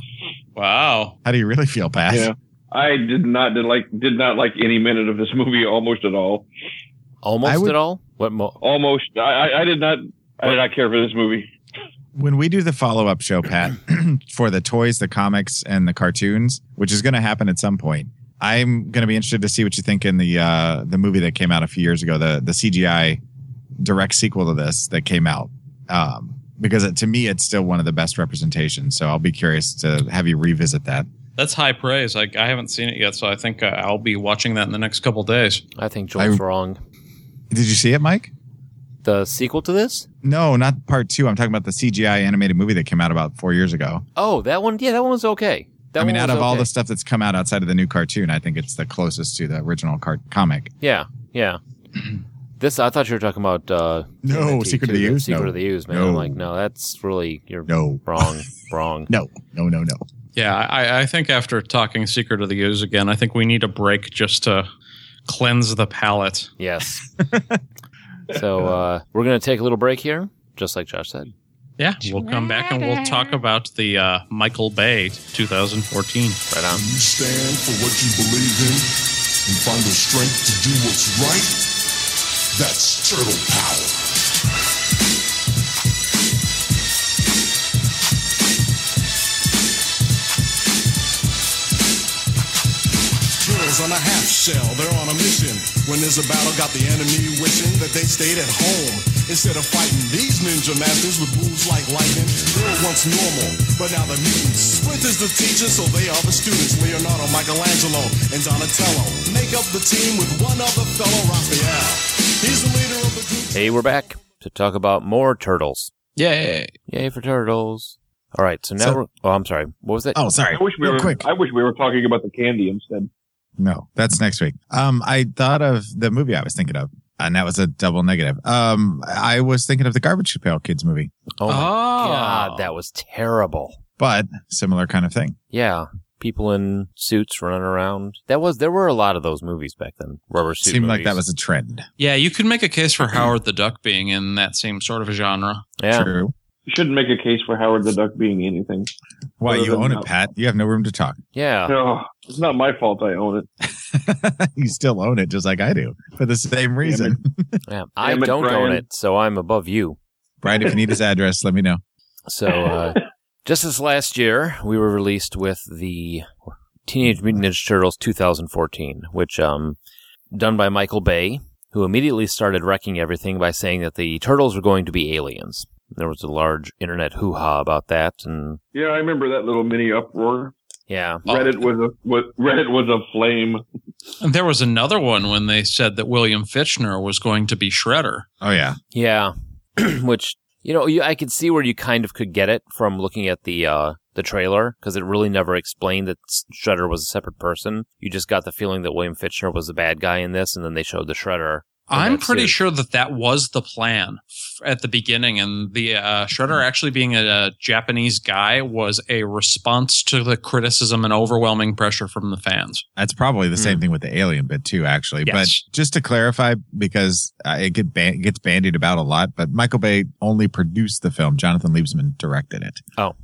Wow.
how do you really feel, Pat?
Yeah, I did not did like did not like any minute of this movie almost at all.
Almost
would-
at all? What mo-
Almost, I, I, I did not. I did not care for this movie.
when we do the follow up show, Pat, *clears throat* for the toys, the comics, and the cartoons, which is going to happen at some point, I'm going to be interested to see what you think in the uh, the movie that came out a few years ago, the the CGI direct sequel to this that came out, um, because it, to me it's still one of the best representations. So I'll be curious to have you revisit that.
That's high praise. I, I haven't seen it yet, so I think uh, I'll be watching that in the next couple days.
I think Joel's wrong.
Did you see it, Mike?
The sequel to this?
No, not part two. I'm talking about the CGI animated movie that came out about four years ago.
Oh, that one. Yeah, that one was okay. That
I mean,
one
out
was
of all
okay.
the stuff that's come out outside of the new cartoon, I think it's the closest to the original car- comic.
Yeah,
*clears throat*
yeah. this I thought you were talking about. Uh,
No,
TNT,
Secret of the
too,
Ooze?
Secret
No.
of the Use, man.
No.
I'm like, no, that's really you're
No.
*laughs* wrong, wrong.
No, no, no, no.
Yeah, I, I think after talking Secret of the Ooze again, I think we need a break just to cleanse the palate.
*laughs*
Yes. so uh, we're gonna take a little break here, just like Josh said.
Yeah, we'll come back and we'll talk about the uh, Michael Bay 2014.
Right
You
on.
stand for what you believe in and find the strength to do what's right. That's turtle power.
Turtles on a half shell, they're on a mission. When there's a battle, got the enemy wishing that they stayed at home. Instead of fighting these ninja masters with moves like lightning, they were once normal, but now they're mutants. Splinter's the teacher, so they are the students. Leonardo, Michelangelo, and Donatello make up the team with one other fellow, Raphael. He's the leader of the group.
Hey, we're back to talk about more turtles.
Yay.
Yay for turtles! All right, so now
So-
we're. Oh, I'm sorry. What was that?
Oh, sorry.
I wish we
Real
were.
quick.
I wish we were talking about the candy instead.
No, that's next week. Um, I thought of the movie I was thinking of, and that was a double negative. Um, I was thinking of the Garbage Pail Kids movie,
Oh, my
Oh.
God, that was terrible.
but similar kind of thing.
Yeah. People in suits running around. That was there were a lot of those movies back then. Rubber suit.
Seemed like
movies.
that was a trend.
Yeah, you could make a case for Howard the Duck being in that same sort of genre.
yeah.
True.
You shouldn't make a case for Howard the Duck being anything.
Why
Other
you
than
own
that.
it, Pat? You have no room to talk. *laughs*
Yeah.
No, it's not my fault I own it.
you still own it, just like I do, for the same reason.
yeah. I
Damn it,
don't own
Brian.
it, so I'm above you.
Brian, if you need his address, let me know.
So
*laughs*
uh, just this last year, we were released with the Teenage Mutant Ninja Turtles 2014, which um done by Michael Bay, who immediately started wrecking everything by saying that the turtles were going to be aliens. There was a large internet hoo-ha about that, and
Yeah, I remember that little mini uproar.
yeah,
Reddit was a was, Reddit was a flame.
And there was another one when they said that William Fitchner was going to be Shredder.
Oh yeah,
Yeah, *clears throat* which you know, you, I could see where you kind of could get it from looking at the uh, the trailer because it really never explained that S- Shredder was a separate person. You just got the feeling that William Fitchner was the bad guy in this, and then they showed the Shredder. in
I'm
that
pretty
suit.
sure that that was the plan f- at the beginning, and the uh, Shredder actually being a, uh Japanese guy was a response to the criticism and overwhelming pressure from the fans.
that's probably the same thing with the alien bit too, actually.
Yes.
But just to clarify, because uh, it get ban- gets bandied about a lot, but Michael Bay only produced the film. Jonathan Liebsman directed it.
Oh.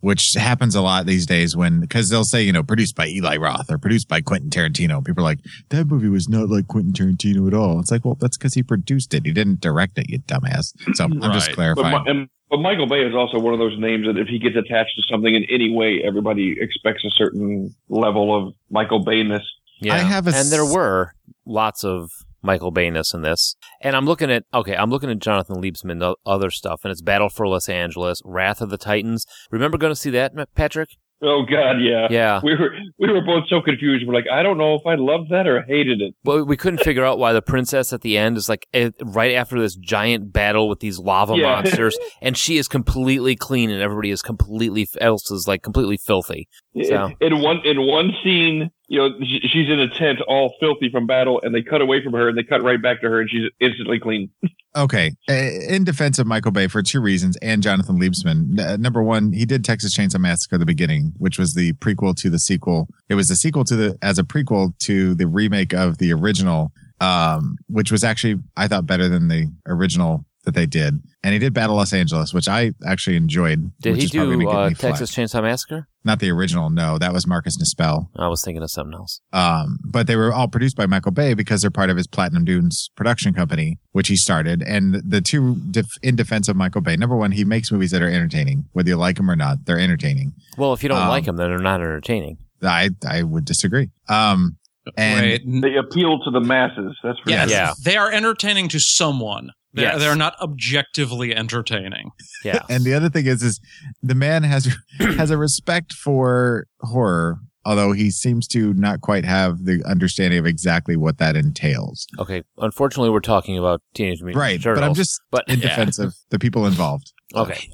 Which happens a lot these days when, because they'll say, you know, produced by Eli Roth or produced by Quentin Tarantino. People are like, that movie was not like Quentin Tarantino at all. It's like, well, that's because he produced it. He didn't direct it, you dumbass. So I'm
Right.
just
But,
clarifying.
Mi- and, but Michael Bay is also one of those names that if he gets attached to something in any way, everybody expects a certain level of Michael Bayness.
Yeah,
I have a
and there
s-
were lots of Michael Bayness in this. And I'm looking at okay, I'm looking at Jonathan Liebsman the other stuff, and it's Battle for Los Angeles, Wrath of the Titans. Remember going to see that, Patrick?
Oh God, yeah.
Yeah,
We were we were both so confused. We're like, I don't know if I loved that or hated it.
Well, we couldn't figure out why the princess at the end is like eh, right after this giant battle with these lava
Yeah.
monsters, and she is completely clean, and everybody is completely else is like completely filthy. So-
In one in one scene, you know, sh- she's in a tent, all filthy from battle, and they cut away from her, and they cut right back to her, and she's instantly clean.
Okay. Uh, In defense of Michael Bay for two reasons and Jonathan Liebsman. N- uh, number one, he did Texas Chainsaw Massacre the beginning, which was the prequel to the sequel. It was the sequel to the, as a prequel to the remake of the original, um, which was actually, I thought, better than the original that they did. And he did Battle Los Angeles, which I actually enjoyed.
Did
which
he
is probably
do
gonna get
uh,
me flack.
Texas Chainsaw Massacre?
Not the original. No, that was Marcus Nispel.
I was thinking of something else.
Um, but they were all produced by Michael Bay because they're part of his Platinum Dunes production company, which he started. And the two, def- in defense of Michael Bay, number one, he makes movies that are entertaining, whether you like them or not. They're entertaining.
Well, if you don't
Um,
like them, then they're not entertaining.
I I would disagree. Um, and
right? N-
They appeal to the masses. That's for
Yes.
sure.
Yeah.
They are entertaining to someone. They're,
Yes.
they're not objectively entertaining.
Yeah,
*laughs* and the other thing is, is the man has has a respect for horror, although he seems to not quite have the understanding of exactly what that entails.
okay. Unfortunately, we're talking about Teenage Mutant
Right,
Turtles.
but I'm just
but
in
Yeah.
defense of the people involved.
okay.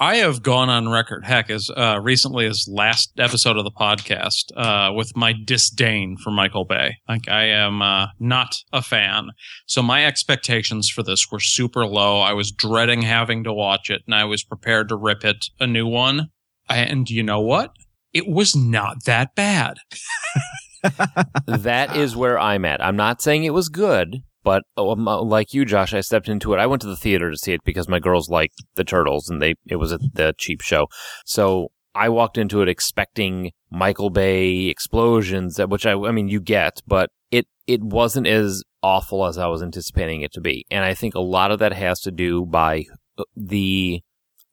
I have gone on record, heck, as uh, recently as last episode of the podcast, uh, with my disdain for Michael Bay. Like, I am uh, not a fan. So, my expectations for this were super low. I was dreading having to watch it, and I was prepared to rip it a new one. And you know what? It was not that bad.
that is where I'm at. I'm not saying it was good, but um, uh, like you, Josh, I stepped into it. I went to the theater to see it because my girls like the turtles, and they it was at the cheap show. So I walked into it expecting Michael Bay explosions, that which I I mean you get, but it it wasn't as awful as I was anticipating it to be, and I think a lot of that has to do by uh, the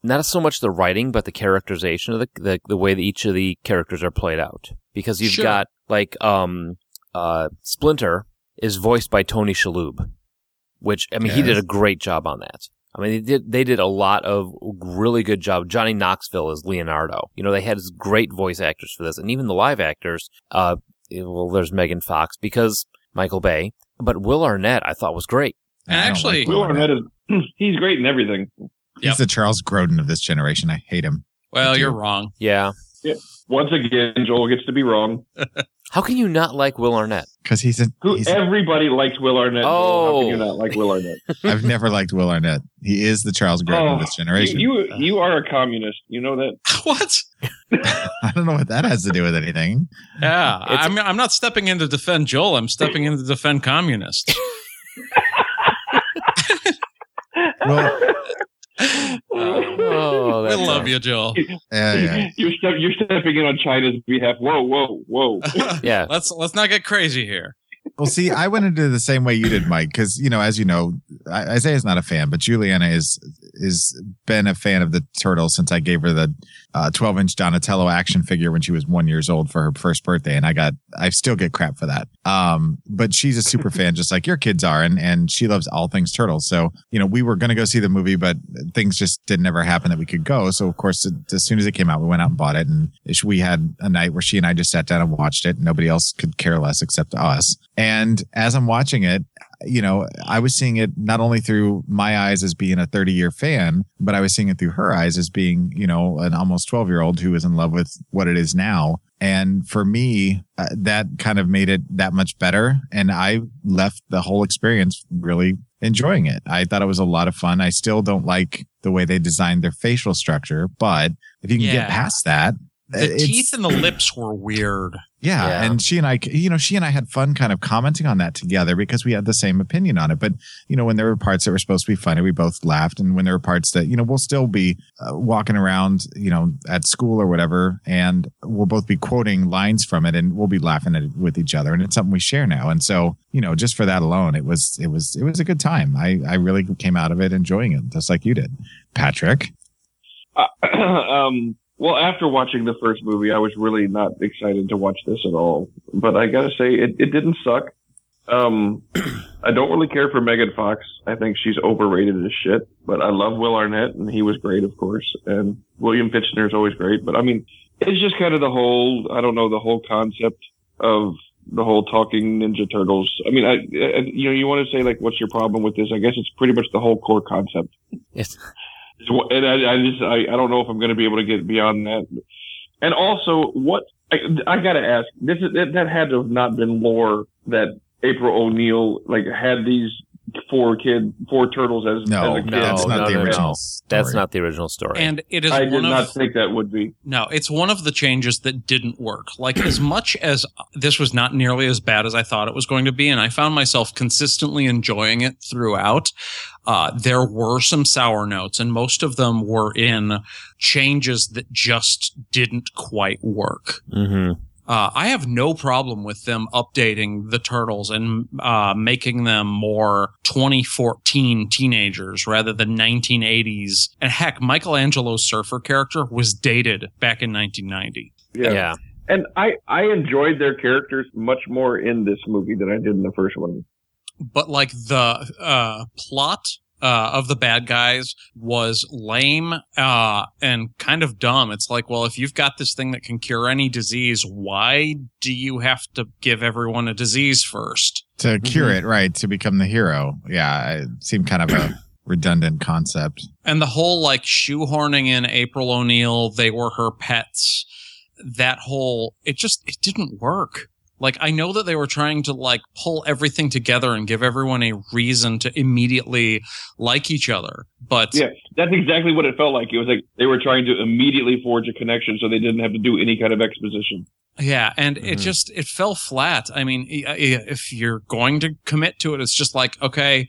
not so much the writing, but the characterization of the the, the way that each of the characters are played out. Because you've
Sure.
got like um uh Splinter is voiced by Tony Shalhoub, which I mean he did a great job on that. I mean they did they did a lot of really good job. Johnny Knoxville is Leonardo. You know they had great voice actors for this, and even the live actors. Uh, well, there's Megan Fox because Michael Bay, but Will Arnett I thought was great.
And I don't
Actually-
Will
Will
Arnett.
Arnett is *clears throat* he's great in everything.
He's
Yep.
the Charles Grodin of this generation. I hate him.
Well,
do.
you're wrong. *laughs*
Yeah,
Once again, Joel gets to be wrong.
How can you not like Will
*laughs*
Arnett?
because he's a.
Who
He's,
everybody likes Will Arnett. Joel. how
Oh.
can you not like Will Arnett?
I've never liked Will Arnett. He is the Charles Grodin of this generation.
Oh, You, you you are a communist. You know that.
what?
I don't know what that has to do with anything.
Yeah,
*laughs* It's-
I'm. I'm not stepping in to defend Joel. I'm stepping in to defend
*laughs*
communists.
*laughs*
Well, uh,
Oh,
I
that's
Uh, love you,
*laughs*
Joel.
yeah, yeah.
*laughs* You're step, you're stepping in on China's behalf. Whoa, whoa, whoa. *laughs*
Yeah.
Let's let's not get crazy here.
Well, see, I went into the same way you did, Mike, because you know, as you know, I, Isaiah's not a fan, but Juliana is is been a fan of the turtle since I gave her the uh, 12 inch Donatello action figure when she was one years old for her first birthday, and I got I still get crap for that. Um, but she's a super fan, just like your kids are, and and she loves all things turtles. So you know, we were gonna go see the movie, but things just didn't ever happen that we could go. So of course, it- as soon as it came out, we went out and bought it, and she- we had a night where she and I just sat down and watched it. Nobody else could care less except us. And as I'm watching it, you know, I was seeing it not only through my eyes as being a 30 year fan, but I was seeing it through her eyes as being, you know, an almost 12 year old who is in love with what it is now. And for me, uh, that kind of made it that much better. And I left the whole experience really enjoying it. I thought it was a lot of fun. I still don't like the way they designed their facial structure, but if you can
Yeah.
get past that,
The
it's-
teeth and the lips were weird.
yeah,
Yeah.
and she and I, you know, she and I had fun kind of commenting on that together because we had the same opinion on it. But you know, when there were parts that were supposed to be funny, we both laughed, and when there were parts that you know we'll still be uh, walking around, you know, at school or whatever, and we'll both be quoting lines from it, and we'll be laughing at it with each other, and it's something we share now. And so, you know, just for that alone, it was it was it was a good time. I I really came out of it enjoying it, just like you did, Patrick.
*clears throat* um, well, after watching the first movie, I was really not excited to watch this at all. But I gotta say, it, it didn't suck. Um, *clears throat* I don't really care for Megan Fox. I think she's overrated as shit. But I love Will Arnett, and he was great, of course. And William Fichtner is always great. But I mean, it's just kind of the whole, I don't know, the whole concept of the whole talking Ninja Turtles. I mean, I, I you know, you want to say like, what's your problem with this? I guess it's pretty much the whole core concept.
It's,
And I, I just, I, I don't know if I'm going to be able to get beyond that. And also, what I, I got to ask, this is that, that had to have not been lore that April O'Neil like had these four kid, four turtles as
No,
as a kid.
that's not
no,
the
no, no.
original.
that's
story.
not the original story.
And it is
I
one
did
of
not think that would be.
No, it's one of the changes that didn't work. Like as much as this was not nearly as bad as I thought it was going to be, and I found myself consistently enjoying it throughout. Uh, there were some sour notes, and most of them were in changes that just didn't quite work.
hmm
Uh, I have no problem with them updating the turtles and uh, making them more 2014 teenagers rather than 1980s. And heck, Michelangelo's surfer character was dated back in 1990.
yeah.
And I, I enjoyed their characters much more in this movie than I did in the first one.
But like the uh, plot uh, of the bad guys was lame uh, and kind of dumb. It's like, well, if you've got this thing that can cure any disease, why do you have to give everyone a disease first?
to cure it, right? To become the hero. Yeah, it seemed kind of a redundant concept.
and the whole like shoehorning in April O'Neil, they were her pets. That whole it just it didn't work. Like I know that they were trying to like pull everything together and give everyone a reason to immediately like each other, but
Yeah. That's exactly what it felt like. It was like they were trying to immediately forge a connection so they didn't have to do any kind of exposition.
Yeah, and it
Mhm.
just it fell flat. I mean, i- i- if you're going to commit to it, it's just like okay,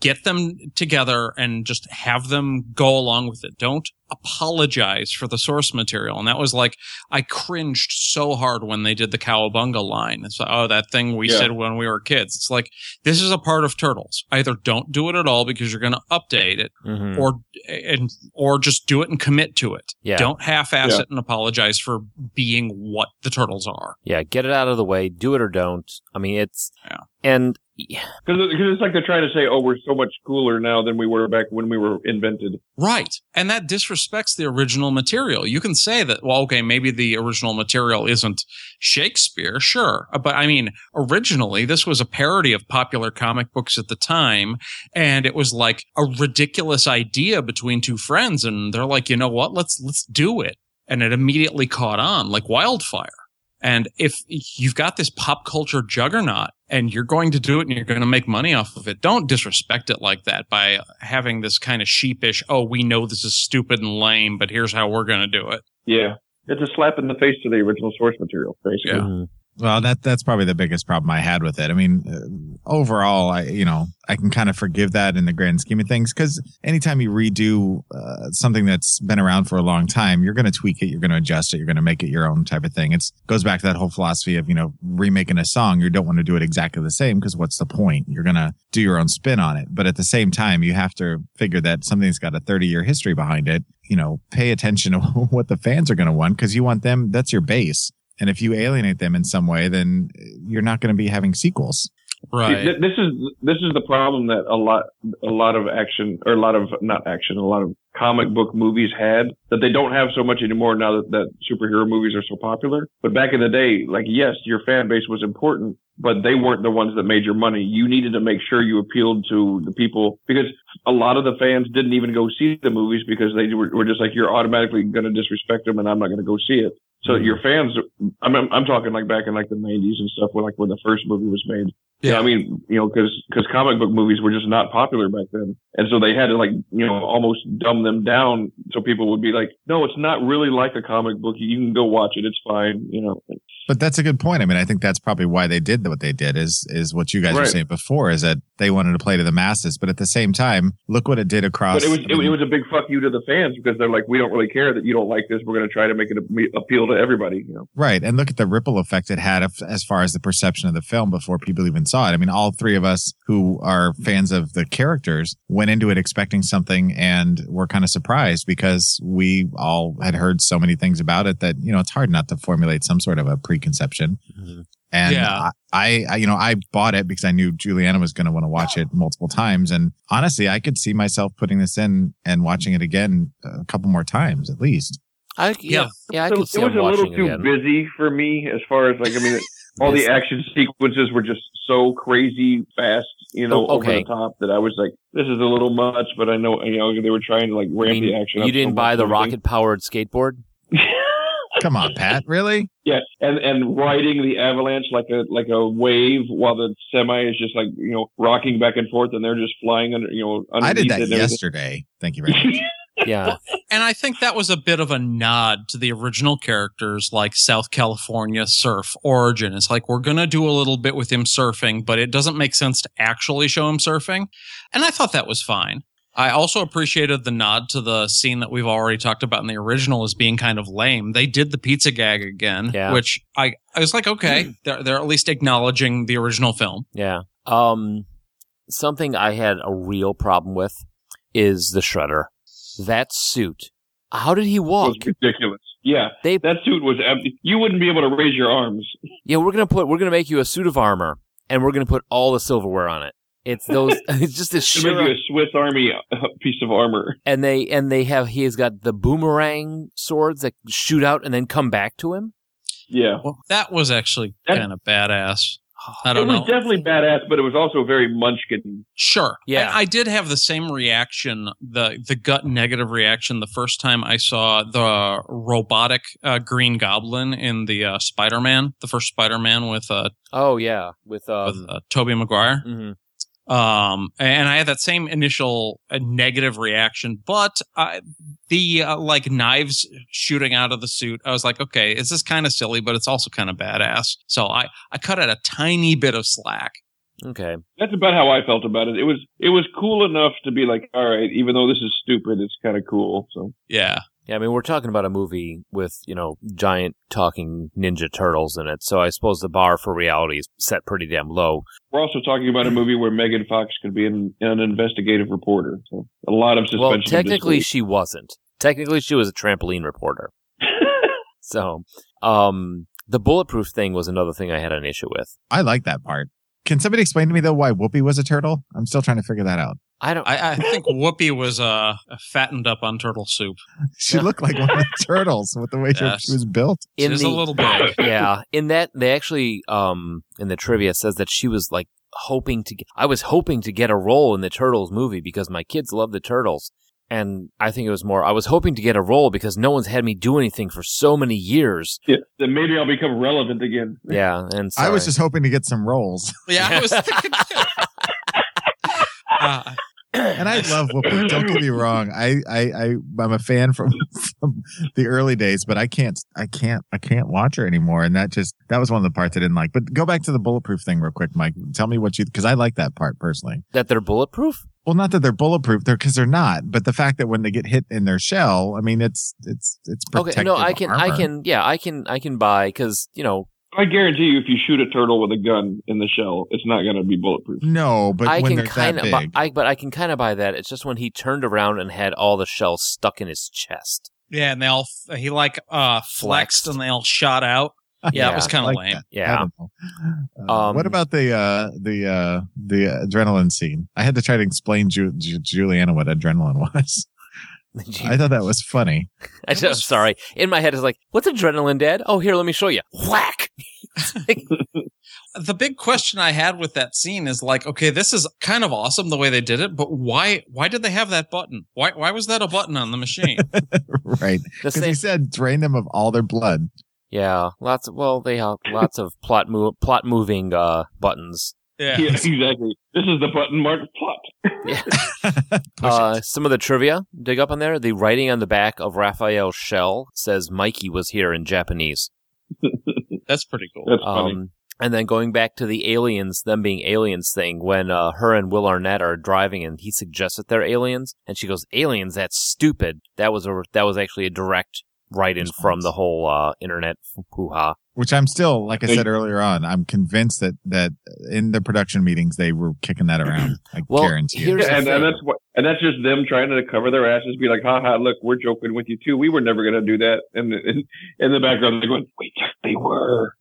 get them together and just have them go along with it. Don't apologize for the source material. And that was like I cringed so hard when they did the cowabunga line. It's like, oh, that thing we
Yeah.
said when we were kids. It's like this is a part of Turtles. Either don't do it at all because you're going to update it,
Mhm.
or and or just do it and commit to it.
yeah.
Don't half-ass
Yeah.
it and apologize for being what the turtles are.
Yeah. Get it out of the way. Do it or don't. I mean, it's
Yeah.
and
Because it's like they're trying to say, oh, we're so much cooler now than we were back when we were invented.
Right. And that disrespects the original material. You can say that, well, okay, maybe the original material isn't Shakespeare, sure. Uh, But I mean, originally, this was a parody of popular comic books at the time. And it was like a ridiculous idea between two friends. And they're like, you know what? Let's, let's do it. And it immediately caught on like wildfire. And if you've got this pop culture juggernaut and you're going to do it and you're going to make money off of it, don't disrespect it like that by having this kind of sheepish, oh, we know this is stupid and lame, but here's how we're going to do it.
Yeah. It's a slap in the face to the original source material, basically.
Yeah.
Well, that that's probably the biggest problem I had with it. I mean, uh, overall, I you know I can kind of forgive that in the grand scheme of things because anytime you redo uh, something that's been around for a long time, you're going to tweak it, you're going to adjust it, you're going to make it your own type of thing. It goes back to that whole philosophy of you know remaking a song. You don't want to do it exactly the same because what's the point? You're going to do your own spin on it, but at the same time, you have to figure that something's got a 30 year history behind it. You know, pay attention to *laughs* what the fans are going to want because you want them. That's your base. And if you alienate them in some way, then you're not going to be having sequels.
See, th- This is this is the problem that a lot a lot of action or a lot of not action a lot of comic book movies had that they don't have so much anymore now that, that superhero movies are so popular. But back in the day, like yes, your fan base was important, but they weren't the ones that made your money. You needed to make sure you appealed to the people because a lot of the fans didn't even go see the movies because they were, were just like you're automatically going to disrespect them and I'm not going to go see it. So your fans, I mean, I'm talking like back in like the 90s and stuff, when like when the first movie was made. Yeah, I mean, you know, because comic book movies were just not popular back then, and so they had to like you know almost dumb them down so people would be like, no, it's not really like a comic book. You can go watch it; it's fine. You know,
But that's a good point. I mean, I think that's probably why they did what they did is is what you guys were
Right.
saying before is that they wanted to play to the masses, but at the same time, look what it did across.
but it was
I
it,
mean,
was a big fuck you to the fans because they're like, we don't really care that you don't like this. We're going to try to make it a- appeal to everybody. You know,
right, and look at the ripple effect it had of- as far as the perception of the film before people even saw it. I mean, all three of us who are fans of the characters went into it expecting something and were kind of surprised because we all had heard so many things about it that you know it's hard not to formulate some sort of a preconception. And
Yeah.
I, I, you know, I bought it because I knew Juliana was going to want to watch it multiple times. And honestly, I could see myself putting this in and watching it again a couple more times at least.
I, yeah, yeah,
Yeah.
I
So
can
it
see
was
I'm
a little
watching
too
again.
busy for me as far as like I mean,
*laughs*
all the action sequences were just so crazy fast. You know,
Oh, okay.
over the top that I was like, this is a little much. But I know you know they were trying to like
I
ramp
mean,
the action. up
you
so
didn't buy
much
the
and everything.
rocket powered skateboard?
Come on, Pat, really?
Yeah, and and riding the avalanche like a like a wave while the semi is just like you know rocking back and forth, and they're just flying under you know.
I did
underneath
that
it and everything.
yesterday. Thank you very much.
*laughs*
Yeah.
And I think that was a bit of a nod to the original characters like South California Surf Origin. It's like we're going to do a little bit with him surfing, but it doesn't make sense to actually show him surfing. And I thought that was fine. I also appreciated the nod to the scene that we've already talked about in the original as being kind of lame. They did the pizza gag again,
Yeah.
which I, I was like,
Hmm.
okay, they're, they're at least acknowledging the original film.
Yeah. Um, something I had a real problem with is the shredder. That suit. How did he
It
walk?
was ridiculous. Yeah,
They
that suit was. ab- You wouldn't be able to raise your arms.
yeah. We're gonna put. We're gonna make you a suit of armor, and we're gonna put all the silverware on it. It's
*laughs*
those. it's just this
It'd make you
sheer.
a Swiss Army uh, piece of armor. *laughs*
And they and they have. He has got the boomerang swords that shoot out and then come back to him.
Yeah,
Well, that was actually
That- Oh,
kind of badass. I
it
don't
was
know.
definitely badass, but it was also very Munchkin.
Sure.
Yeah.
And I did have the same reaction, the the gut negative reaction the first time I saw the robotic uh, Green Goblin in the uh, Spider-Man, the first Spider-Man with uh,
Oh yeah, with
with
um.
uh, Tobey Maguire.
mhm.
Um, and I had that same initial uh, negative reaction, but I, the uh, like knives shooting out of the suit, I was like, okay, is this kind of silly, but it's also kind of badass. So I I cut it a tiny bit of slack.
Okay.
That's about how I felt about it. It was it was cool enough to be like, all right, even though this is stupid, it's kind of cool. So
Yeah.
Yeah, I mean, we're talking about a movie with, you know, giant talking ninja turtles in it, so I suppose the bar for reality is set pretty damn low.
we're also talking about a movie where Megan Fox could be an, an investigative reporter. So a lot of suspension.
Well,
of
technically,
disbelief.
she wasn't. Technically, she was a trampoline
*laughs*
reporter. So, um, the bulletproof thing was another thing I had an issue with.
I like that part. Can somebody explain to me though why Whoopi was a turtle? I'm still trying to figure that out. *laughs*
I don't.
I, I think Whoopi was uh, fattened up on turtle soup.
She looked like one of the *laughs* turtles with the way she-
Yes.
she was built.
She's
in
a *laughs*
the-
little big.
yeah, in that they actually, um, in the trivia it says that she was like hoping to. Get, I was hoping to get a role in the Turtles movie because my kids love the Turtles, And I think it was more, I was hoping to get a role because no one's had me do anything for so many years.
Yeah, then maybe I'll become relevant again.
Yeah. And
I
sorry.
was just hoping to get some roles,
Yeah, I was thinking. uh,
and I love Whoopi. Don't get me wrong, I I, I I'm a fan from, from the early days, but I can't I can't I can't watch her anymore, and that just that was one of the parts I didn't like. But go back to the bulletproof thing real quick, Mike. Tell me what you because I like that part personally.
that they're bulletproof.
Well, not that they're bulletproof, they're because they're not. But the fact that when they get hit in their shell, I mean, it's it's it's protective
Okay. No, I can, I
armor.
can, yeah, I can, I can buy because, you know,
I guarantee you, if you shoot a turtle with a gun in the shell, it's not going to be bulletproof.
No, but
I
when
can
they're that
kind of, buy,
big,
I, but I can kind of buy that. It's just when he turned around and had all the shells stuck in his chest.
yeah, and they all he like uh flexed
Flexed.
and they all shot out. Yeah, it was
I
kind of
like
lame.
that. I
Yeah.
don't know. Uh,
Um,
what about the uh, the uh, the adrenaline scene? I had to try to explain Ju- Ju- Juliana what adrenaline *laughs* was.
*laughs*
I thought that was funny. *laughs*
I just, I'm sorry. In my head, it's like, what's adrenaline, Dad? Oh, here, let me show you. Whack.
the big question I had with that scene is like, okay, this is kind of awesome the way they did it, but why why did they have that button? Why why was that a button on the machine?
right?
The
Because he
same.
said drain them of all their blood. *laughs*
Yeah, lots. Of, well, they have lots of plot mo- plot moving uh, buttons.
Yeah.
*laughs* Yeah, exactly. This is the button marked plot.
Yeah.
Oh,
Push
uh, some of the trivia dig up on there. The writing on the back of Raphael's shell says Mikey was here in Japanese.
That's pretty cool.
That's funny.
Um, and then going back to the aliens, them being aliens thing, when uh, her and Will Arnett are driving and he suggests that they're aliens, and she goes, "Aliens? That's stupid." That was a that was actually a direct write in from the whole uh, internet hoo ha.
which I'm still, like I
They-
said earlier on, I'm convinced that that in the production meetings they were kicking that around. I
Well,
guarantee it.
here's-
and,
the
and
thing.
that's what, and that's just them trying to cover their asses, be like, "Ha ha! Look, we're joking with you too. We were never going to do that." And in, in the background, they're going, "Wait, they were."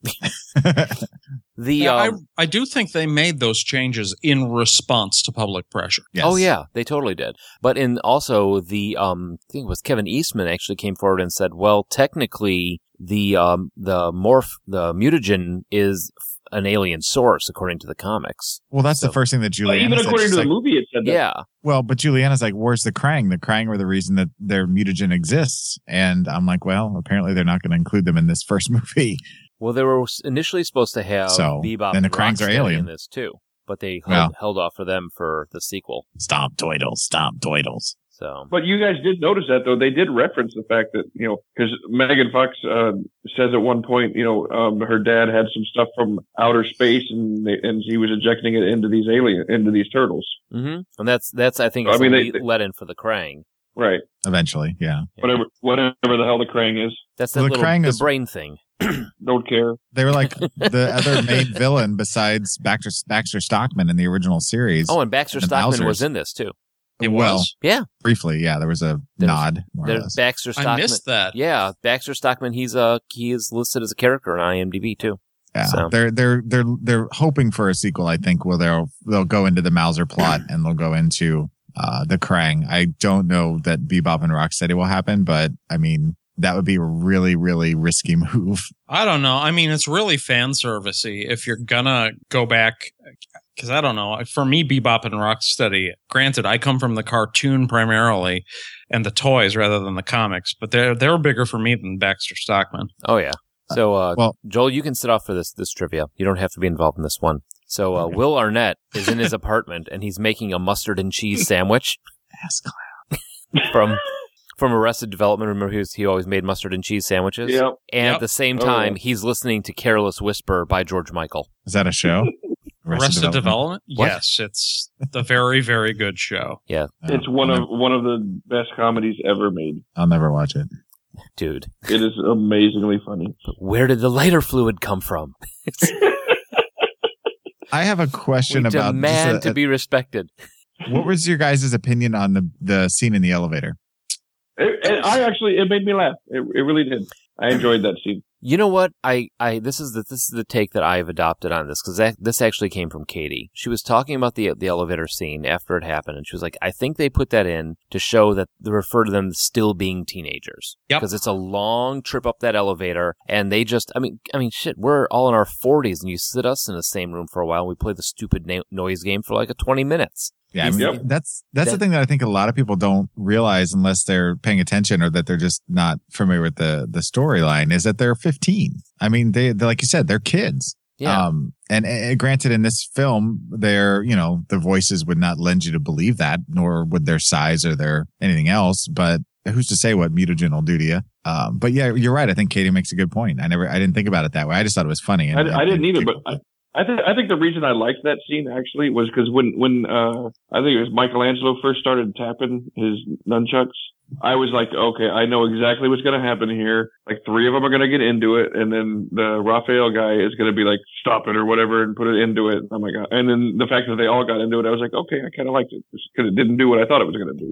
The
Now,
um,
I I do think they made those changes in response to public pressure.
*laughs* Yes.
Oh yeah, they totally did. But in also the um, I think it was Kevin Eastman actually came forward and said, well, technically the um, the morph the mutagen is an alien source according to the comics.
Well, that's
So-
the first thing that
But
Juliana
even
said.
according
She's
to the
like,
movie, it said that.
Yeah,
Well, but Juliana's like, where's the Krang? The Krang were the reason that their mutagen exists. And I'm like, well, apparently they're not going to include them in this first *laughs* movie.
Well, they were initially supposed to have
So,
Bebop
then the
and
Krangs are
Rocksteady
alien.
in this too, but they
Yeah.
held, held off for them for the sequel.
Stomp doidles, stomp doidles.
So
But you guys did notice that though. They did reference the fact that you know because Megan Fox uh, says at one point, you know, um, her dad had some stuff from outer space, and they, and he was ejecting it into these alien into these turtles.
hmm and that's that's I think
I
is
mean,
the
they-
lead in for the Krang.
Right.
Eventually, yeah.
Whatever. Whatever the hell the Krang is.
That's that
Well, the
little
Krang
the
is-
brain thing.
Don't care.
They were *laughs* like the other main villain besides Baxter, Baxter Stockman in the original series.
Oh, and Baxter
And the
Stockman
Bowsers.
was in this too.
It
well,
was.
Yeah,
briefly, yeah, there was a
There's-
nod. More or
there's
less.
Baxter Stockman.
I missed that.
Yeah, Baxter Stockman. He's uh he is listed as a character on IMDb too.
Yeah,
So-
they're they're they're they're hoping for a sequel. I think where they'll they'll go into the Mauser plot
*clears throat*
and they'll go into uh, the Krang. I don't know that Bebop and Rocksteady will happen, but I mean that would be a really really risky *laughs* move.
I don't know. I mean, it's really fan servicey if you're gonna go back because I don't know. For me, Bebop and Rocksteady. Granted, I come from the cartoon primarily and the toys rather than the comics, but they're they're bigger for me than Baxter Stockman.
Oh yeah. So uh,
well-
Joel, you can sit off for this this trivia. You don't have to be involved in this one. So uh, Will Arnett is in his apartment and he's making a mustard and cheese sandwich.
Ass clown.
*laughs* from from Arrested Development. Remember, he, was, he always made mustard and cheese sandwiches.
Yeah.
And
Yep.
at the same
Oh,
time,
yeah.
he's listening to "Careless Whisper" by George Michael.
Is that
*laughs*
a show?
Arrested Development.
What?
Yes, it's the very very good show.
Oh,
It's one
I'll
of
never-
one of the best comedies ever made.
I'll never watch it.
Dude,
It is amazingly funny.
where did the lighter fluid come from?
I have a question
we
about just
demand
a-
to be respected.
what was your guys' opinion on the the scene in the elevator?
It, it, I actually, it made me laugh. It, it really did. I enjoyed that scene.
You know what? I, I this is the this is the take that I have adopted on this because this actually came from Katie. She was talking about the the elevator scene after it happened, and she was like, "I think they put that in to show that they refer to them as still being teenagers
Yep.
because it's a long trip up that elevator, and they just I mean I mean shit, we're all in our forties, and you sit us in the same room for a while, and we play the stupid na- noise game for like a twenty minutes.
Yeah, I mean,
Yep.
that's that's the
That-
thing that I think a lot of people don't realize unless they're paying attention or that they're just not familiar with the the storyline is that they're 15. I mean, they they're, like you said, they're kids.
Yeah.
Um, and, and granted, in this film, their you know the voices would not lend you to believe that, nor would their size or their anything else. But who's to say what mutagen will do to you? Um, but yeah, you're right. I think Katie makes a good point. I never, I didn't think about it that way. I just thought it was funny. and-
I, I didn't
and-
either, but I, I, th- I think the reason I liked that scene actually was because when when uh, I think it was Michelangelo first started tapping his nunchucks, I was like, okay, I know exactly what's going to happen here. Like three of them are going to get into it, and then the Raphael guy is going to be like, stop it or whatever, and put it into it. Oh my god! And then the fact that they all got into it, I was like, okay, I kind of liked it because it didn't do what I thought it was going to do.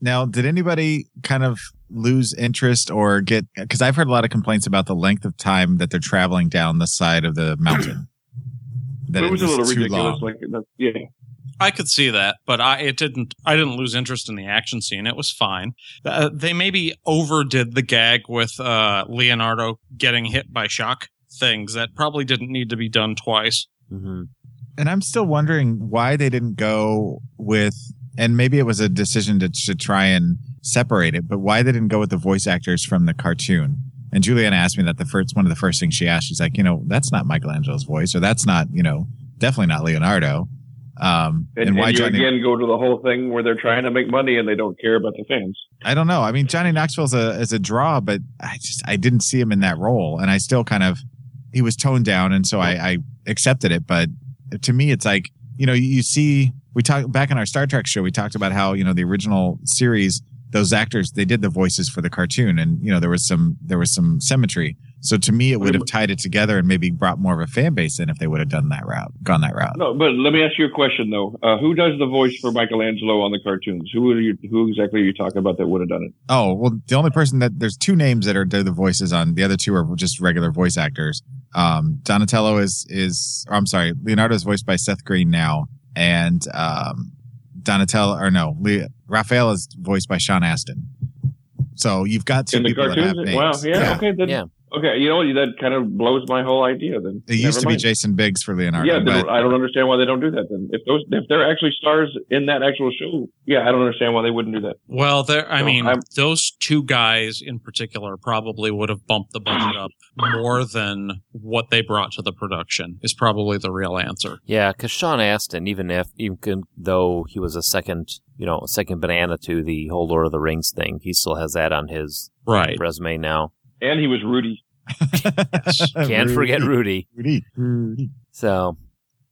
Now, did anybody kind of lose interest or get? Because I've heard a lot of complaints about the length of time that they're traveling down the side of the *clears throat* mountain. that
But it was a
just
little
too long.
ridiculous. Like, that, yeah.
I could see that, but I it didn't. I didn't lose interest in the action scene. It was fine. Uh, they maybe overdid the gag with uh, Leonardo getting hit by shock things that probably didn't need to be done twice.
hmm
and I'm still wondering why they didn't go with, and maybe it was a decision to, to try and separate it, but why they didn't go with the voice actors from the cartoon. And Juliana asked me that the first one of the first things she asked. She's like, you know, that's not Michelangelo's voice, or that's not, you know, definitely not Leonardo. Um,
And, and you again go to the whole thing where they're trying to make money and they don't care about the fans.
I don't know. I mean, Johnny Knoxville's a is a draw, but I just I didn't see him in that role, and I still kind of he was toned down, and so I, I accepted it. But to me, it's like you know, you see, we talked back in our Star Trek show, we talked about how you know the original series, those actors they did the voices for the cartoon, and you know there was some there was some symmetry. So to me, it would have tied it together and maybe brought more of a fan base in if they would have done that route, gone that route.
No, but let me ask you a question though. Uh, who does the voice for Michelangelo on the cartoons? Who are you? Who exactly are you talking about that would have done it?
Oh well, the only person that there's two names that are do the voices on. The other two are just regular voice actors. Um, Donatello is is. Or I'm sorry, Leonardo is voiced by Seth Green now, and um, Donatello or no, Le, Raphael is voiced by Sean Astin. So you've got two
In the
people that have
cartoons?
names.
Wow. Yeah. Okay. Then,
Yeah.
Okay. You know what? That kind of blows my whole idea. Then
It used to
Never
be
mind.
Jason Biggs for Leonardo.
Yeah.
but
Then I don't understand why they don't do that. Then if those if they're actually stars in that actual show, yeah, I don't understand why they wouldn't do that.
Well, there. I
No,
mean,
I'm-
those two guys in particular probably would have bumped the budget up more than what they brought to the production. Is probably the real answer.
Yeah, because Sean Astin, even if even though he was a second, you know, a second banana to the whole Lord of the Rings thing, he still has that on his
Right.
resume now.
And he was Rudy. *laughs*
Can't forget Rudy.
Rudy. Rudy.
So,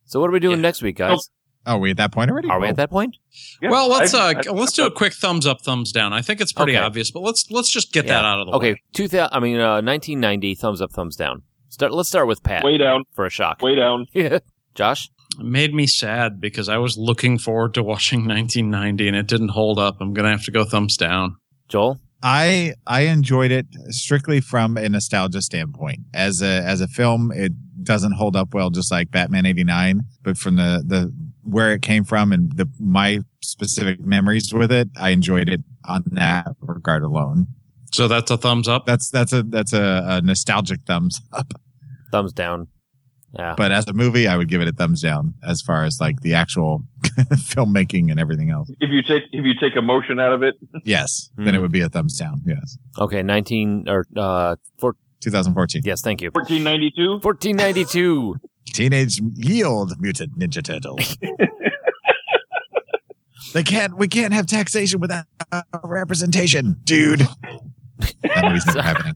so what are we doing
Yeah.
next week, guys?
Oh, we at that point already?
Are we
Oh.
at that point?
Yeah,
well, let's
I-
uh,
I-
let's do a quick thumbs up, thumbs down. I think it's pretty
Okay.
obvious, but let's let's just get
Yeah.
that out of the way.
Okay, two thousand. I mean, uh, nineteen ninety. Thumbs up, thumbs down. Start. Let's start with Pat
Way down.
for a shock.
Way down.
*laughs* Yeah, Josh.
made me sad because I was looking forward to watching *laughs* 1990 and it didn't hold up. I'm going to have to go thumbs down.
Joel.
I I enjoyed it strictly from a nostalgia standpoint. As a as a film, it doesn't hold up well, just like Batman '89. But from the the where it came from and the my specific memories with it, I enjoyed it on that regard alone.
So that's a thumbs up.
That's that's a that's a, a nostalgic thumbs up.
Thumbs down. Yeah.
But as a movie, I would give it a thumbs down as far as like the actual *laughs* filmmaking and everything else.
If you take if you take emotion out of it,
Yes, then it would be a thumbs down. Yes,
Okay, nineteen or uh, four,
2014.
yes,
*laughs*
thank you.
1492.
Fourteen ninety two.
Teenage Yield Mutant Ninja
*laughs*
Turtles. they can't. We can't have taxation without uh, representation, dude. That movie's never happening.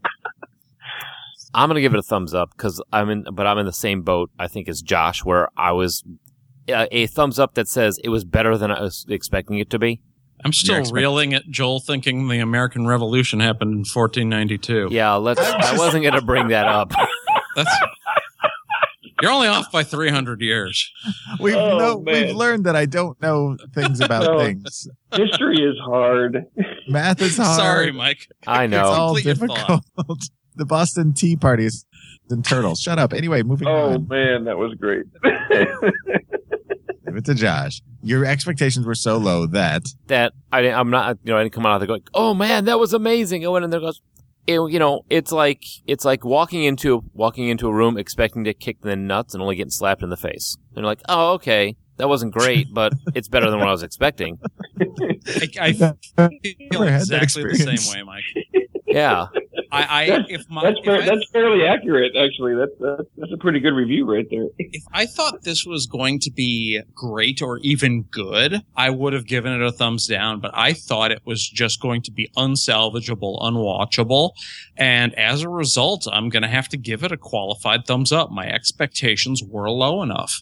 I'm gonna give it a thumbs up because I'm in, but I'm in the same boat I think as Josh, where I was uh, a thumbs up that says it was better than I was expecting it to be.
I'm
You're
still
expect-
reeling at Joel thinking the American Revolution happened in 1492.
Yeah,
*laughs*
let's. I wasn't gonna bring that up.
That's *laughs* You're only off by 300 years.
We've
Oh,
know,
man.
we've learned that I don't know
*laughs*
things about
No.
things.
History is hard.
Math is hard.
Sorry, Mike.
I
It's
know.
all
Complete your
difficult. *laughs* the Boston Tea Party is and turtles. Shut up. Anyway, moving
Oh
on.
man, that was great.
Give it to Josh. Your expectations were so low that *laughs*
that I didn't, I'm not, you know, I didn't come out of there going, oh man, that was amazing. I went in there goes, it, you know, it's like, it's like walking into, walking into a room expecting to kick the nuts and only getting slapped in the face. And you're like, oh, okay, that wasn't great, but it's better than what I was expecting.
I, I
Never
feel
had that
exactly the
experience.
same way, Mike.
Yeah.
I, I if my
That's
if
fair,
I-
that's fairly accurate, actually. That's, that's that's a pretty good review right there.
if I thought this was going to be great or even good, I would have given it a thumbs down, but I thought it was just going to be unsalvageable, unwatchable. And as a result, I'm going to have to give it a qualified thumbs up. My expectations were low enough.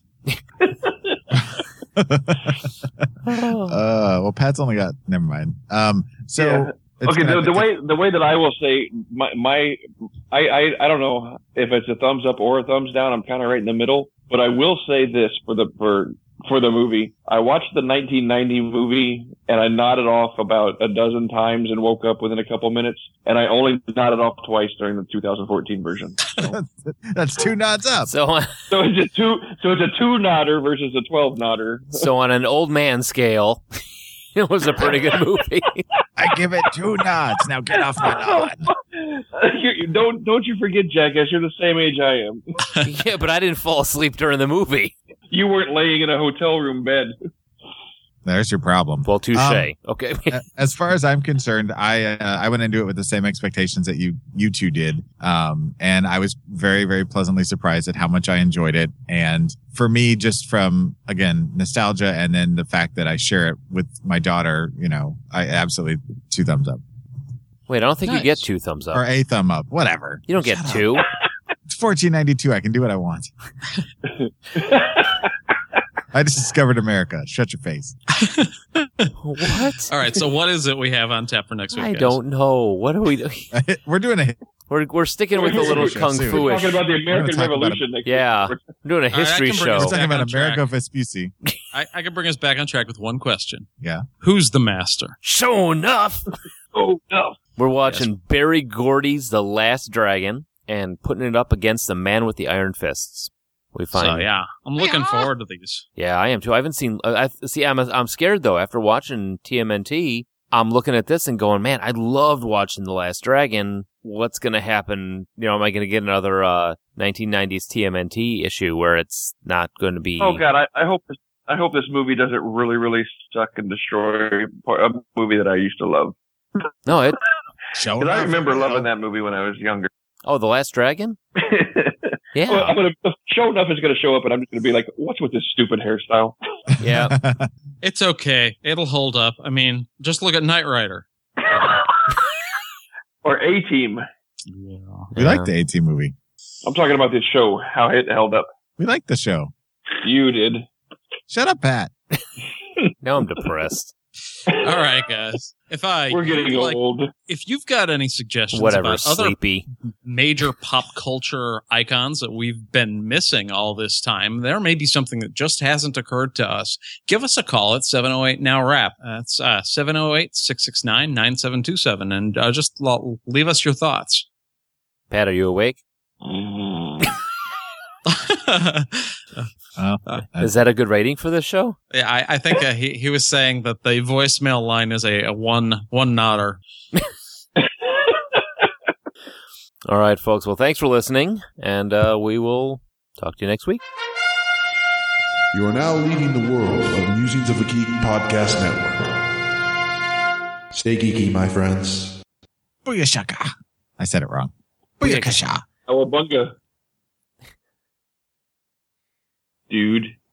Uh, well, Pat's only got. Never mind. Um, so
Yeah.
it's
okay,
gonna
the,
have
the
to-
way the way that I will say my my I, I I don't know if it's a thumbs up or a thumbs down. I'm kind of right in the middle, but I will say this for the for for the movie. I watched the 1990 movie and I nodded off about a dozen times and woke up within a couple minutes, and I only nodded off twice during the 2014 version.
that's two nods up.
So on,
So it's a two so it's a two nodder versus a 12 nodder.
so on an old man scale, *laughs* it was a pretty good
*laughs*
movie.
I give it two nods. Now get off my nod.
You- you- don't don't you forget, Jackass? You're the same age I am.
yeah, but I didn't fall asleep during the movie.
You weren't laying in a hotel room bed.
There's your problem.
Well, touche.
Um,
okay. *laughs*
A- as far as I'm concerned, I uh, I went into it with the same expectations that you you two did, um, and I was very very pleasantly surprised at how much I enjoyed it. And for me, just from again nostalgia, and then the fact that I share it with my daughter, you know, I absolutely two thumbs up
Wait, I don't think you
Nice.
get two thumbs up.
or a thumb up, whatever.
You don't get
Shut
*laughs*
up.
two.
It's 1492. I can do what I want. I just discovered America. Shut your face.
what?
All right, so what is it we have on tap for next week?
I
guys?
don't know. What are we doing?
*laughs* We're doing a
We're, we're sticking with the little kung
We're
We're
fu
talking about the American
We're gonna talk about
Revolution. next
Yeah.
week.
We're doing
All
a
right, I
history
can bring
show.
this
We're
Oh.
talking about
Back on track.
America Vespucci.
I, I can bring us back on track with one question.
Yeah.
Who's the master?
Show enough.
Oh no!
We're watching Barry Gordy's The Last Dragon and putting it up against the man with the iron fists. We find.
So yeah, I'm looking
Yeah.
forward to these.
Yeah, I am too. I haven't seen. Uh, I see. I'm I'm scared though. After watching TMNT, I'm looking at this and going, "Man, I loved watching The Last Dragon. What's going to happen? You know, am I going to get another uh, 1990s TMNT issue where it's not going to be?
Oh god! I, I hope this, I hope this movie doesn't really, really suck and destroy part, a movie that I used to love.
No, it.
Show
'Cause I
enough.
remember loving that movie when I was younger. *laughs*
Oh, The Last Dragon. Yeah,
well, *laughs* I'm gonna show enough is gonna show up, and I'm just gonna be like, "What's with this stupid hairstyle?" *laughs*
yeah.
It's okay. It'll hold up. I mean, just look at Knight Rider.
or A Team.
Yeah.
*laughs* we like the AT movie.
I'm talking about this show. How it held up.
We like the show.
You did.
Shut up, Pat.
Now I'm depressed.
All right, guys. If I
We're getting
like,
old.
if you've got any suggestions
Whatever,
about other
sleepy.
major pop culture icons that we've been missing all this time, there may be something that just hasn't occurred to us. Give us a call at 708 Now Rap. That's uh, 708 669 9727 and uh, just lo- leave us your thoughts. *laughs*
Pat, are you awake?
Mm.
Yeah,
Oh, Uh,
Is that a good rating for this show?
I, I think uh, he, he was saying that the voicemail line is a, a one one nodder.
All right, folks. Well, thanks for listening, and uh, we will talk to you next week.
You are now leaving the world of Musings of a Geek podcast network. Stay geeky, my friends.
Booyashaka. I said it wrong. Booyakasha.
Cowabunga. Dude.
Uh,